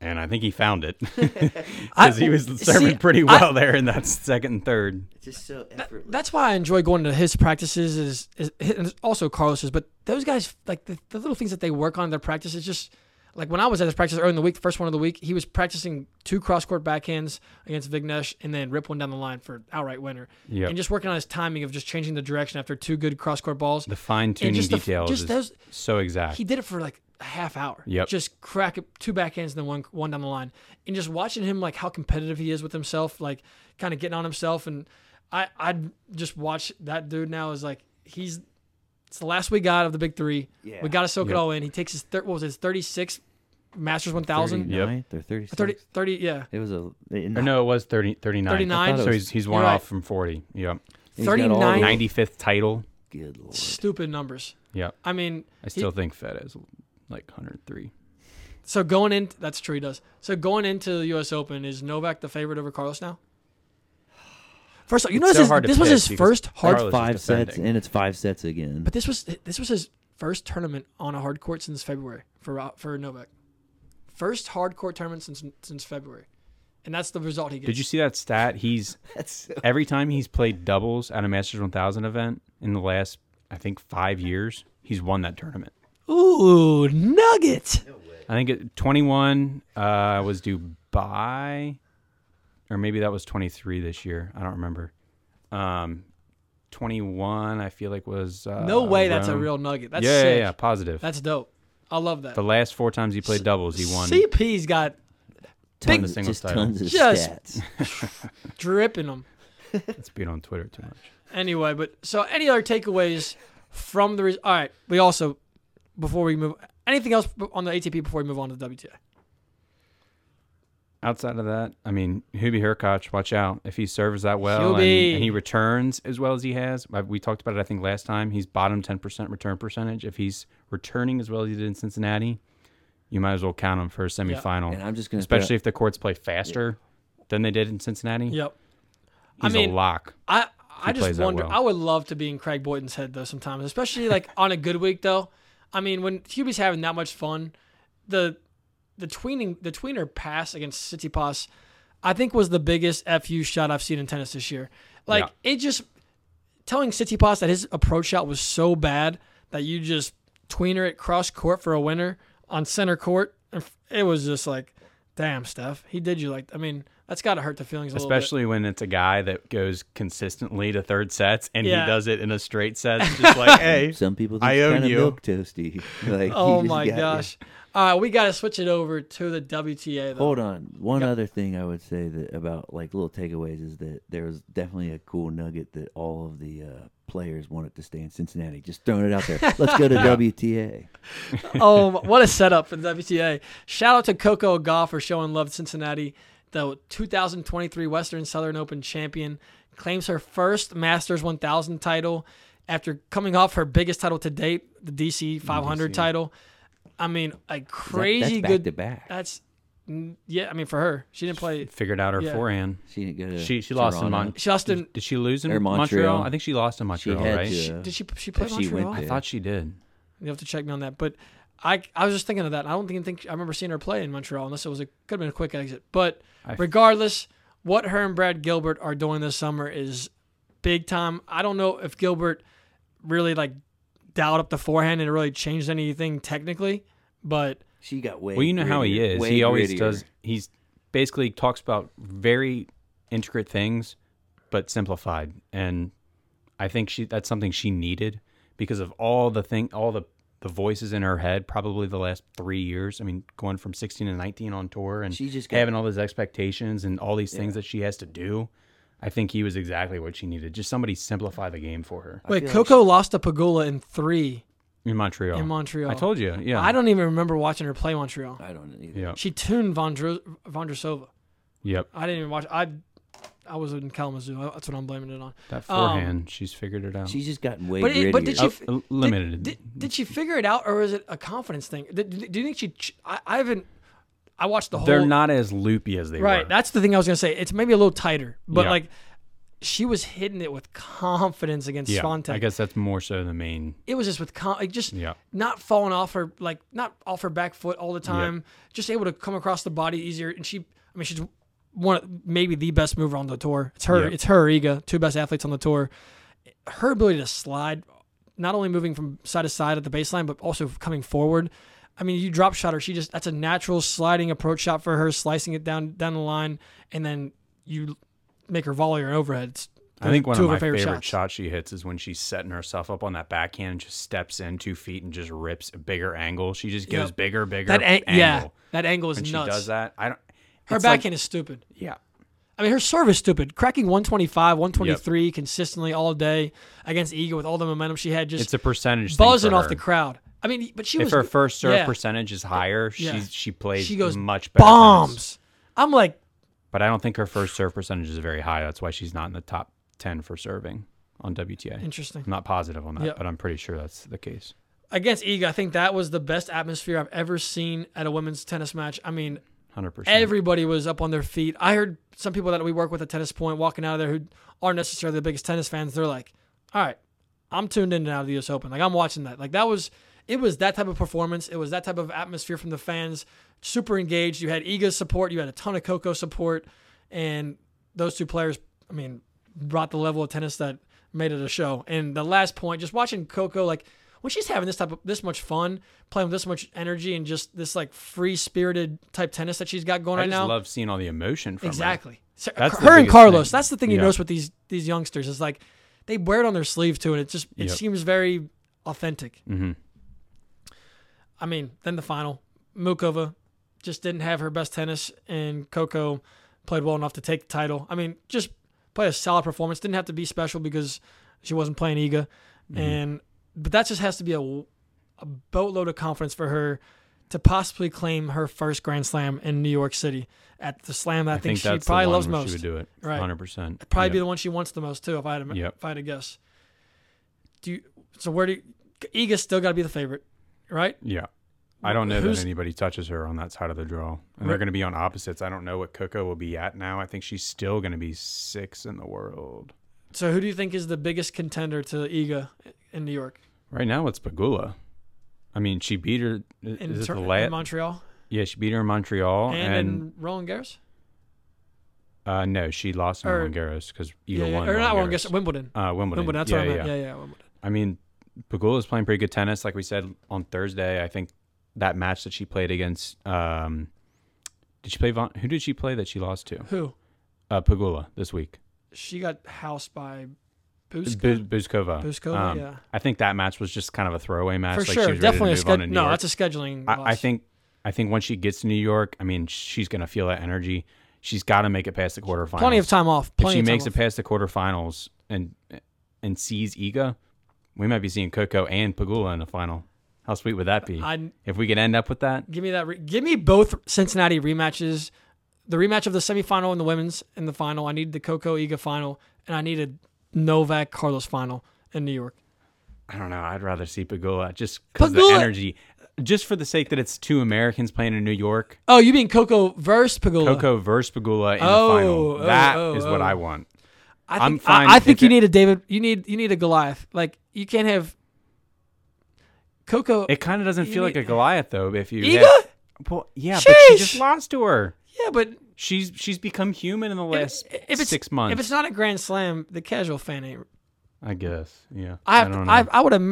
Speaker 2: And I think he found it because he was serving
Speaker 1: see,
Speaker 2: pretty well there in that second and third.
Speaker 3: It's just so effortless.
Speaker 1: that's why I enjoy going to his practices. Is, is, and also Carlos's, but those guys like the, the little things that they work on in their practices. Just like when I was at his practice early in the week, the first one of the week, he was practicing two cross court backhands against Vignesh and then rip one down the line for outright winner.
Speaker 2: Yeah.
Speaker 1: and just working on his timing of just changing the direction after two good cross court balls.
Speaker 2: The fine tuning
Speaker 1: just the f-
Speaker 2: details
Speaker 1: just
Speaker 2: is
Speaker 1: those-
Speaker 2: so exact.
Speaker 1: he did it for like a half hour.
Speaker 2: Yep.
Speaker 1: Just crack it- two backhands and then one one down the line, and just watching him like how competitive he is with himself, like kind of getting on himself. And I I just watch that dude now is like he's it's the last we got of the big three.
Speaker 3: Yeah.
Speaker 1: We got to soak
Speaker 2: Yep.
Speaker 1: it all in. He takes his thir- what was his thirty six Masters one thousand.
Speaker 3: 39th or 36th.
Speaker 1: 30, 30 yeah
Speaker 3: It was a
Speaker 2: Or no, it was 30, 39.
Speaker 1: 39?
Speaker 2: So he's, he's one
Speaker 1: You're right.
Speaker 2: off from 40. Yep.
Speaker 3: He's got all the-
Speaker 1: 39
Speaker 2: 95th title.
Speaker 3: Good lord.
Speaker 1: stupid numbers.
Speaker 2: Yep.
Speaker 1: I mean,
Speaker 2: I still think Fed is like 103.
Speaker 1: so going in that's true he does. So going into the U.S. Open is Novak the favorite over Carlos now. First, of all, you know
Speaker 2: It's
Speaker 1: this,
Speaker 2: so
Speaker 1: is,
Speaker 2: hard to
Speaker 1: this was
Speaker 2: pick
Speaker 1: his
Speaker 2: because
Speaker 1: first hard
Speaker 2: Carlos is
Speaker 3: Five sets
Speaker 2: defending.
Speaker 3: and it's five sets again.
Speaker 1: But this was this was his first tournament on a hard court since February for Ro- for Novak. First hard court tournament since since February, and that's the result he gets.
Speaker 2: Did you see that stat? He's
Speaker 3: That's so
Speaker 2: every time he's played doubles at a Masters 1000 event in the last, I think, five years, he's won that tournament.
Speaker 1: Ooh, nugget!
Speaker 2: I think it, 21 uh, was Dubai, or maybe that was 23 this year. I don't remember. Um, 21, I feel like was. Uh,
Speaker 1: No way, that's a
Speaker 2: Rome.
Speaker 1: real nugget. That's
Speaker 2: yeah, yeah,
Speaker 1: sick.
Speaker 2: yeah, positive.
Speaker 1: That's dope. I love that.
Speaker 2: The last four times he played doubles, he won.
Speaker 1: CP's got
Speaker 2: the
Speaker 3: tons,
Speaker 2: singles
Speaker 3: just
Speaker 2: title.
Speaker 3: tons of
Speaker 1: Just-
Speaker 3: stats.
Speaker 1: dripping them.
Speaker 2: It's been on Twitter too much.
Speaker 1: Anyway, but so any other takeaways from the? Re- All right, we also before we move anything else on the ATP before we move on to the WTA.
Speaker 2: Outside of that, I mean, Hubie Hurkacz, watch out if he serves that well and,
Speaker 1: Hubie.
Speaker 2: and he returns as well as he has. I- We talked about it, I think, last time. He's bottom ten percent return percentage. If he's returning as well as he did in Cincinnati, you might as well count him for a semifinal.
Speaker 3: And I'm just gonna
Speaker 2: especially if the courts play faster than they did in Cincinnati.
Speaker 1: Yep.
Speaker 2: he's
Speaker 1: mean,
Speaker 2: a lock.
Speaker 1: I I just
Speaker 2: plays that
Speaker 1: wonder.
Speaker 2: well.
Speaker 1: I would love to be in Craig Boyton's head though sometimes, especially like on a good week though. I mean, when Hubie's having that much fun, the the tweening the tweener pass against Tsitsipas, I think was the biggest fu shot I've seen in tennis this year. Like it just telling Tsitsipas that his approach shot was so bad that you just tweener it cross court for a winner on center court. It was just like, damn, Steph, he did you like. I mean, that's got to hurt the feelings a little bit.
Speaker 2: Especially when it's a guy that goes consistently to third sets and
Speaker 1: Yeah.
Speaker 2: he does it in a straight set. It's just like, hey,
Speaker 3: Some people think
Speaker 2: I
Speaker 3: it's
Speaker 2: own
Speaker 3: kind of
Speaker 2: you.
Speaker 3: milk toasty. Like,
Speaker 1: Oh
Speaker 3: you just
Speaker 1: my
Speaker 3: got-
Speaker 1: gosh. All right, we got to switch it over to the WTA though.
Speaker 3: Hold on. One other thing I would say that about like little takeaways is that there was definitely a cool nugget that all of the uh, players wanted to stay in Cincinnati. Just throwing it out there. Let's go to WTA.
Speaker 1: oh, what a setup for the WTA. Shout out to Coco Golf for showing love to Cincinnati. The 2023 Western Southern Open champion claims her first Masters 1000 title after coming off her biggest title to date, the DC 500 title. I mean, a crazy
Speaker 3: That- that's
Speaker 1: good. Uh,
Speaker 3: back to back.
Speaker 1: That's mm, yeah. I mean, for her, she didn't play.
Speaker 2: figured out her
Speaker 1: Yeah.
Speaker 2: forehand.
Speaker 3: She didn't go to.
Speaker 2: She she lost in
Speaker 3: Toronto.
Speaker 2: Mon-
Speaker 1: She lost in.
Speaker 2: Did she lose in
Speaker 3: Or
Speaker 2: Montreal?
Speaker 3: Montreal.
Speaker 2: I think she lost in Montreal,
Speaker 3: had
Speaker 2: right?
Speaker 3: to.
Speaker 2: She-
Speaker 3: Yeah.
Speaker 1: Did she? She played
Speaker 3: She went
Speaker 1: Montreal.
Speaker 3: there.
Speaker 2: I thought she did.
Speaker 1: You have to check me on that. But I I was just thinking of that. I don't think think I remember seeing her play in Montreal unless it was a could have been a quick exit. But
Speaker 2: I f-
Speaker 1: regardless, what her and Brad Gilbert are doing this summer is big time. I don't know if Gilbert really like dialed up the forehand and really changed anything technically, but
Speaker 3: She got way.
Speaker 2: Well, you know how he
Speaker 3: grittier,
Speaker 2: is.
Speaker 3: way
Speaker 2: He always
Speaker 3: grittier.
Speaker 2: does. He's basically talks about very intricate things, but simplified. And I think she that's something she needed because of all the thing, all the the voices in her head. Probably the last three years. I mean, going from sixteen to nineteen on tour, and
Speaker 3: She just got-
Speaker 2: having all those expectations and all these things that she has to do. I think he was exactly what she needed. Just somebody simplify the game for her
Speaker 1: Wait,
Speaker 3: feel like
Speaker 1: Coco lost to Pagula in three
Speaker 2: in Montreal.
Speaker 1: in Montreal.
Speaker 2: Oh, I told you. Yeah.
Speaker 1: I don't even remember watching her play Montreal.
Speaker 3: I don't either.
Speaker 2: Yeah.
Speaker 1: She tuned Vondro- Vondrasova.
Speaker 2: Yep.
Speaker 1: I didn't even watch. I I was in Kalamazoo. I- That's what I'm blaming it on.
Speaker 2: That
Speaker 1: Um,
Speaker 2: forehand, she's figured it out.
Speaker 3: She's just gotten way
Speaker 1: But it- but
Speaker 3: grittier.
Speaker 1: did she
Speaker 2: Oh,
Speaker 1: f-
Speaker 2: l- limited.
Speaker 1: Did, did she figure it out, or is it a confidence thing? Did- did- do you think she? ch- I, I haven't. I watched the whole.
Speaker 2: They're not as loopy as they
Speaker 1: right.
Speaker 2: were.
Speaker 1: That's the thing I was gonna say. It's maybe a little tighter, but
Speaker 2: Yeah.
Speaker 1: like she was hitting it with confidence against
Speaker 2: yeah.
Speaker 1: Swiatek.
Speaker 2: I guess that's more so the main.
Speaker 1: it was just with con- like just
Speaker 2: Yeah.
Speaker 1: not falling off her like not off her back foot all the time. Just able to come across the body easier. And she, I mean, she's one of- maybe the best mover on the tour. It's her.
Speaker 2: Yep.
Speaker 1: It's her Iga, two best athletes on the tour. Her ability to slide, not only moving from side to side at the baseline, but also coming forward. I mean, you drop shot her. She just that's a natural sliding approach shot for her, slicing it down down the line, and then you make her volley or an overhead. It's,
Speaker 2: I think one
Speaker 1: two
Speaker 2: of my
Speaker 1: her
Speaker 2: favorite shots. she hits is when she's setting herself up on that backhand and just steps in two feet and just rips a bigger angle. She just goes
Speaker 1: Yep.
Speaker 2: bigger, bigger
Speaker 1: That ang-
Speaker 2: angle.
Speaker 1: yeah, that angle is
Speaker 2: When she
Speaker 1: nuts.
Speaker 2: does that, I don't.
Speaker 1: her
Speaker 2: it's like-
Speaker 1: backhand is stupid.
Speaker 2: yeah.
Speaker 1: I mean, her serve is stupid. Cracking 125, 123 consistently all day against Iga with all the momentum she had, just
Speaker 2: It's a percentage. thing
Speaker 1: buzzing
Speaker 2: for
Speaker 1: off
Speaker 2: her.
Speaker 1: the crowd. I mean, but she
Speaker 2: If
Speaker 1: was
Speaker 2: her first serve
Speaker 1: yeah,
Speaker 2: percentage is higher,
Speaker 1: Yeah.
Speaker 2: she she plays
Speaker 1: She goes
Speaker 2: much better. tennis.
Speaker 1: bombs. I'm like,
Speaker 2: But I don't think her first serve percentage is very high. That's why she's not in the top 10 for serving on WTA. I'm
Speaker 1: interesting.
Speaker 2: not positive on that,
Speaker 1: Yep.
Speaker 2: but I'm pretty sure that's the case.
Speaker 1: Against Iga, I think that was the best atmosphere I've ever seen at a women's tennis match. I mean,
Speaker 2: 100%.
Speaker 1: everybody was up on their feet. I heard some people that we work with at Tennis Point walking out of there who aren't necessarily the biggest tennis fans. They're like, all right, I'm tuned in and out of the US Open. Like, I'm watching that. Like, that was, it was that type of performance. It was that type of atmosphere from the fans. Super engaged. You had Iga's support, you had a ton of Coco support. And those two players, I mean, brought the level of tennis that made it a show. And the last point, just watching Coco, like, when she's having this type of this much fun, playing with this much energy and just this like free spirited type tennis that she's got going
Speaker 2: I
Speaker 1: right
Speaker 2: just
Speaker 1: now,
Speaker 2: love seeing all the emotion from her.
Speaker 1: Exactly. So,
Speaker 2: That's the
Speaker 1: her and
Speaker 2: biggest
Speaker 1: Carlos.
Speaker 2: thing.
Speaker 1: That's the thing you
Speaker 2: Yeah.
Speaker 1: notice with these these youngsters is like they wear it on their sleeve too, and it just it
Speaker 2: Yep.
Speaker 1: seems very authentic.
Speaker 2: Mhm.
Speaker 1: I mean, then the final Mukova just didn't have her best tennis, and Coco played well enough to take the title. I mean, just play a solid performance. Didn't have to be special because she wasn't playing Iga,
Speaker 2: Mm-hmm.
Speaker 1: and but that just has to be a, a boatload of confidence for her to possibly claim her first Grand Slam in New York City at the slam that I,
Speaker 2: I think
Speaker 1: think,
Speaker 2: that's
Speaker 1: she probably
Speaker 2: the one
Speaker 1: loves
Speaker 2: where
Speaker 1: most
Speaker 2: she would do it.
Speaker 1: Right.
Speaker 2: 100%.
Speaker 1: probably be
Speaker 2: Yep.
Speaker 1: the one she wants the most too. If I had to,
Speaker 2: Yep.
Speaker 1: if I had to guess, do you, so. Where do you, Iga's still got to be the favorite, right?
Speaker 2: Yeah. I don't know
Speaker 1: Who's-
Speaker 2: that anybody touches her on that side of the draw. And they're
Speaker 1: Right.
Speaker 2: going to be on opposites. I don't know what Coco will be at now. I think she's still going to be six in the world.
Speaker 1: So who do you think is the biggest contender to Iga in New York
Speaker 2: Right now, it's Pagula. I mean, she beat her. Is
Speaker 1: in,
Speaker 2: it
Speaker 1: Tur-
Speaker 2: the
Speaker 1: in
Speaker 2: last?
Speaker 1: Montreal
Speaker 2: yeah, she beat her in Montreal.
Speaker 1: and,
Speaker 2: and
Speaker 1: in Roland Garros?
Speaker 2: Uh, no, she lost in
Speaker 1: Or-
Speaker 2: Roland Garros because
Speaker 1: Yeah,
Speaker 2: Eagle
Speaker 1: yeah,
Speaker 2: won.
Speaker 1: or not Roland
Speaker 2: Roland
Speaker 1: Garros, Wimbledon.
Speaker 2: Uh, Wimbledon.
Speaker 1: Wimbledon. That's
Speaker 2: yeah,
Speaker 1: what I
Speaker 2: yeah,
Speaker 1: meant.
Speaker 2: yeah.
Speaker 1: Yeah, yeah, Wimbledon.
Speaker 2: I mean, Pagula is playing pretty good tennis. Like we said on Thursday, I think that match that she played against. Um, did she play Von? Who did she play that she lost to?
Speaker 1: Who?
Speaker 2: Uh, Pagula this week.
Speaker 1: She got housed by
Speaker 2: Bu-
Speaker 1: Buska.
Speaker 2: Buzkova. Um,
Speaker 1: Buzkova, yeah.
Speaker 2: I think that match was just kind of a throwaway match.
Speaker 1: For
Speaker 2: like she
Speaker 1: sure,
Speaker 2: was
Speaker 1: definitely a
Speaker 2: ready to move on to
Speaker 1: schedule.
Speaker 2: New
Speaker 1: No,
Speaker 2: York.
Speaker 1: that's a scheduling.
Speaker 2: I, I
Speaker 1: loss.
Speaker 2: think I think once she gets to New York, I mean, she's gonna feel that energy. She's got to make it past the quarterfinals.
Speaker 1: plenty of time off. Plenty
Speaker 2: um, if
Speaker 1: of
Speaker 2: she
Speaker 1: time
Speaker 2: makes
Speaker 1: off.
Speaker 2: it past the quarterfinals and and sees Iga, we might be seeing Coco and Pagula in the final. How sweet would that be?
Speaker 1: I-
Speaker 2: if we could end up with that,
Speaker 1: Give me that. Re- give me both Cincinnati rematches, the rematch of the semifinal and the women's and the final. I need the Coco Iga final, and I need a Novak Carlos final in New York.
Speaker 2: I don't know. I'd rather see Pagula just because the
Speaker 1: Pegula-
Speaker 2: energy, just for the sake that it's two Americans playing in New York.
Speaker 1: Oh, you mean Coco versus Pagula?
Speaker 2: Coco versus Pagula in
Speaker 1: Oh,
Speaker 2: the final.
Speaker 1: oh,
Speaker 2: That is
Speaker 1: oh,
Speaker 2: what
Speaker 1: oh.
Speaker 2: I want.
Speaker 1: I think,
Speaker 2: I'm fine
Speaker 1: I, I
Speaker 2: if
Speaker 1: think you
Speaker 2: it-
Speaker 1: need a David. You need you need a Goliath. Like you can't have Coco.
Speaker 2: It kind of doesn't
Speaker 1: You
Speaker 2: feel like
Speaker 1: need-
Speaker 2: a Goliath though. If you
Speaker 1: Iga?
Speaker 2: have- well, yeah, but she just
Speaker 1: Sheesh.
Speaker 2: lost to her.
Speaker 1: yeah, but
Speaker 2: She's she's become human in the last
Speaker 1: if it's
Speaker 2: six
Speaker 1: if
Speaker 2: months.
Speaker 1: it's not a Grand Slam, the casual fan ain't.
Speaker 2: I guess. Yeah.
Speaker 1: I have,
Speaker 2: don't know.
Speaker 1: I, I would have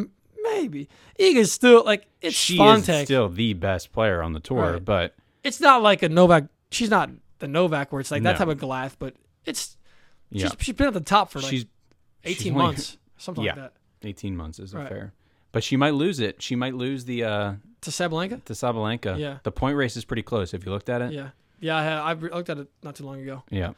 Speaker 1: maybe Iga's still like it's
Speaker 2: she
Speaker 1: Swiatek.
Speaker 2: is still the best player on the tour,
Speaker 1: Right.
Speaker 2: but
Speaker 1: it's not like a Novak. She's not the Novak where it's like that
Speaker 2: No.
Speaker 1: type of Goliath, but it's
Speaker 2: yeah,
Speaker 1: she's, she's been at the top for like
Speaker 2: she's
Speaker 1: 18
Speaker 2: she's only-
Speaker 1: months, something
Speaker 2: yeah,
Speaker 1: like that.
Speaker 2: eighteen months is
Speaker 1: Right.
Speaker 2: fair. But she might lose it. She might lose the uh
Speaker 1: To Sabalenka?
Speaker 2: to Sabalenka.
Speaker 1: Yeah.
Speaker 2: The point race is pretty close. If you looked at it,
Speaker 1: Yeah. Yeah, I, had, I re- looked at it not too long ago.
Speaker 2: yeah.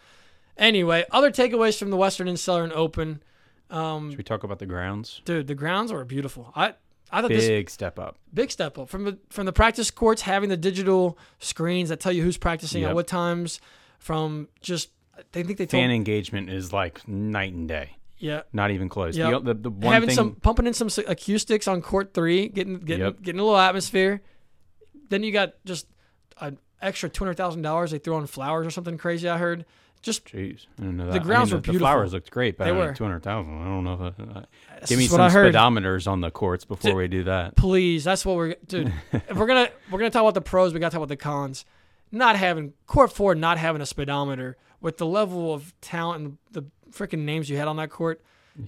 Speaker 1: Anyway, other takeaways from the Western and Southern Open. Um,
Speaker 2: Should we talk about the grounds?
Speaker 1: dude, the grounds were beautiful. I I thought this
Speaker 2: Big step up.
Speaker 1: big step up from the from the practice courts having the digital screens that tell you who's practicing at
Speaker 2: Yep.
Speaker 1: what times. From just they think they told
Speaker 2: Fan engagement is like night and day.
Speaker 1: yeah
Speaker 2: Not even close.
Speaker 1: Yep.
Speaker 2: The, the, the one
Speaker 1: having
Speaker 2: thing,
Speaker 1: some pumping in some acoustics on court three, getting getting
Speaker 2: Yep.
Speaker 1: getting a little atmosphere. Then you got just an extra two hundred thousand dollars they threw on flowers or something crazy. I heard just
Speaker 2: Jeez, I don't know that.
Speaker 1: The grounds
Speaker 2: I mean,
Speaker 1: were beautiful.
Speaker 2: the, The flowers looked great, but
Speaker 1: They
Speaker 2: I
Speaker 1: were.
Speaker 2: two hundred thousand. I don't know. If I, I,
Speaker 1: That's
Speaker 2: give me
Speaker 1: what
Speaker 2: some
Speaker 1: I heard.
Speaker 2: speedometers on the courts before we do that.
Speaker 1: please. That's what we're dude. if we're gonna we're gonna talk about the pros, we gotta talk about the cons. Not having court four, not having a speedometer with the level of talent and the freaking names you had on that court.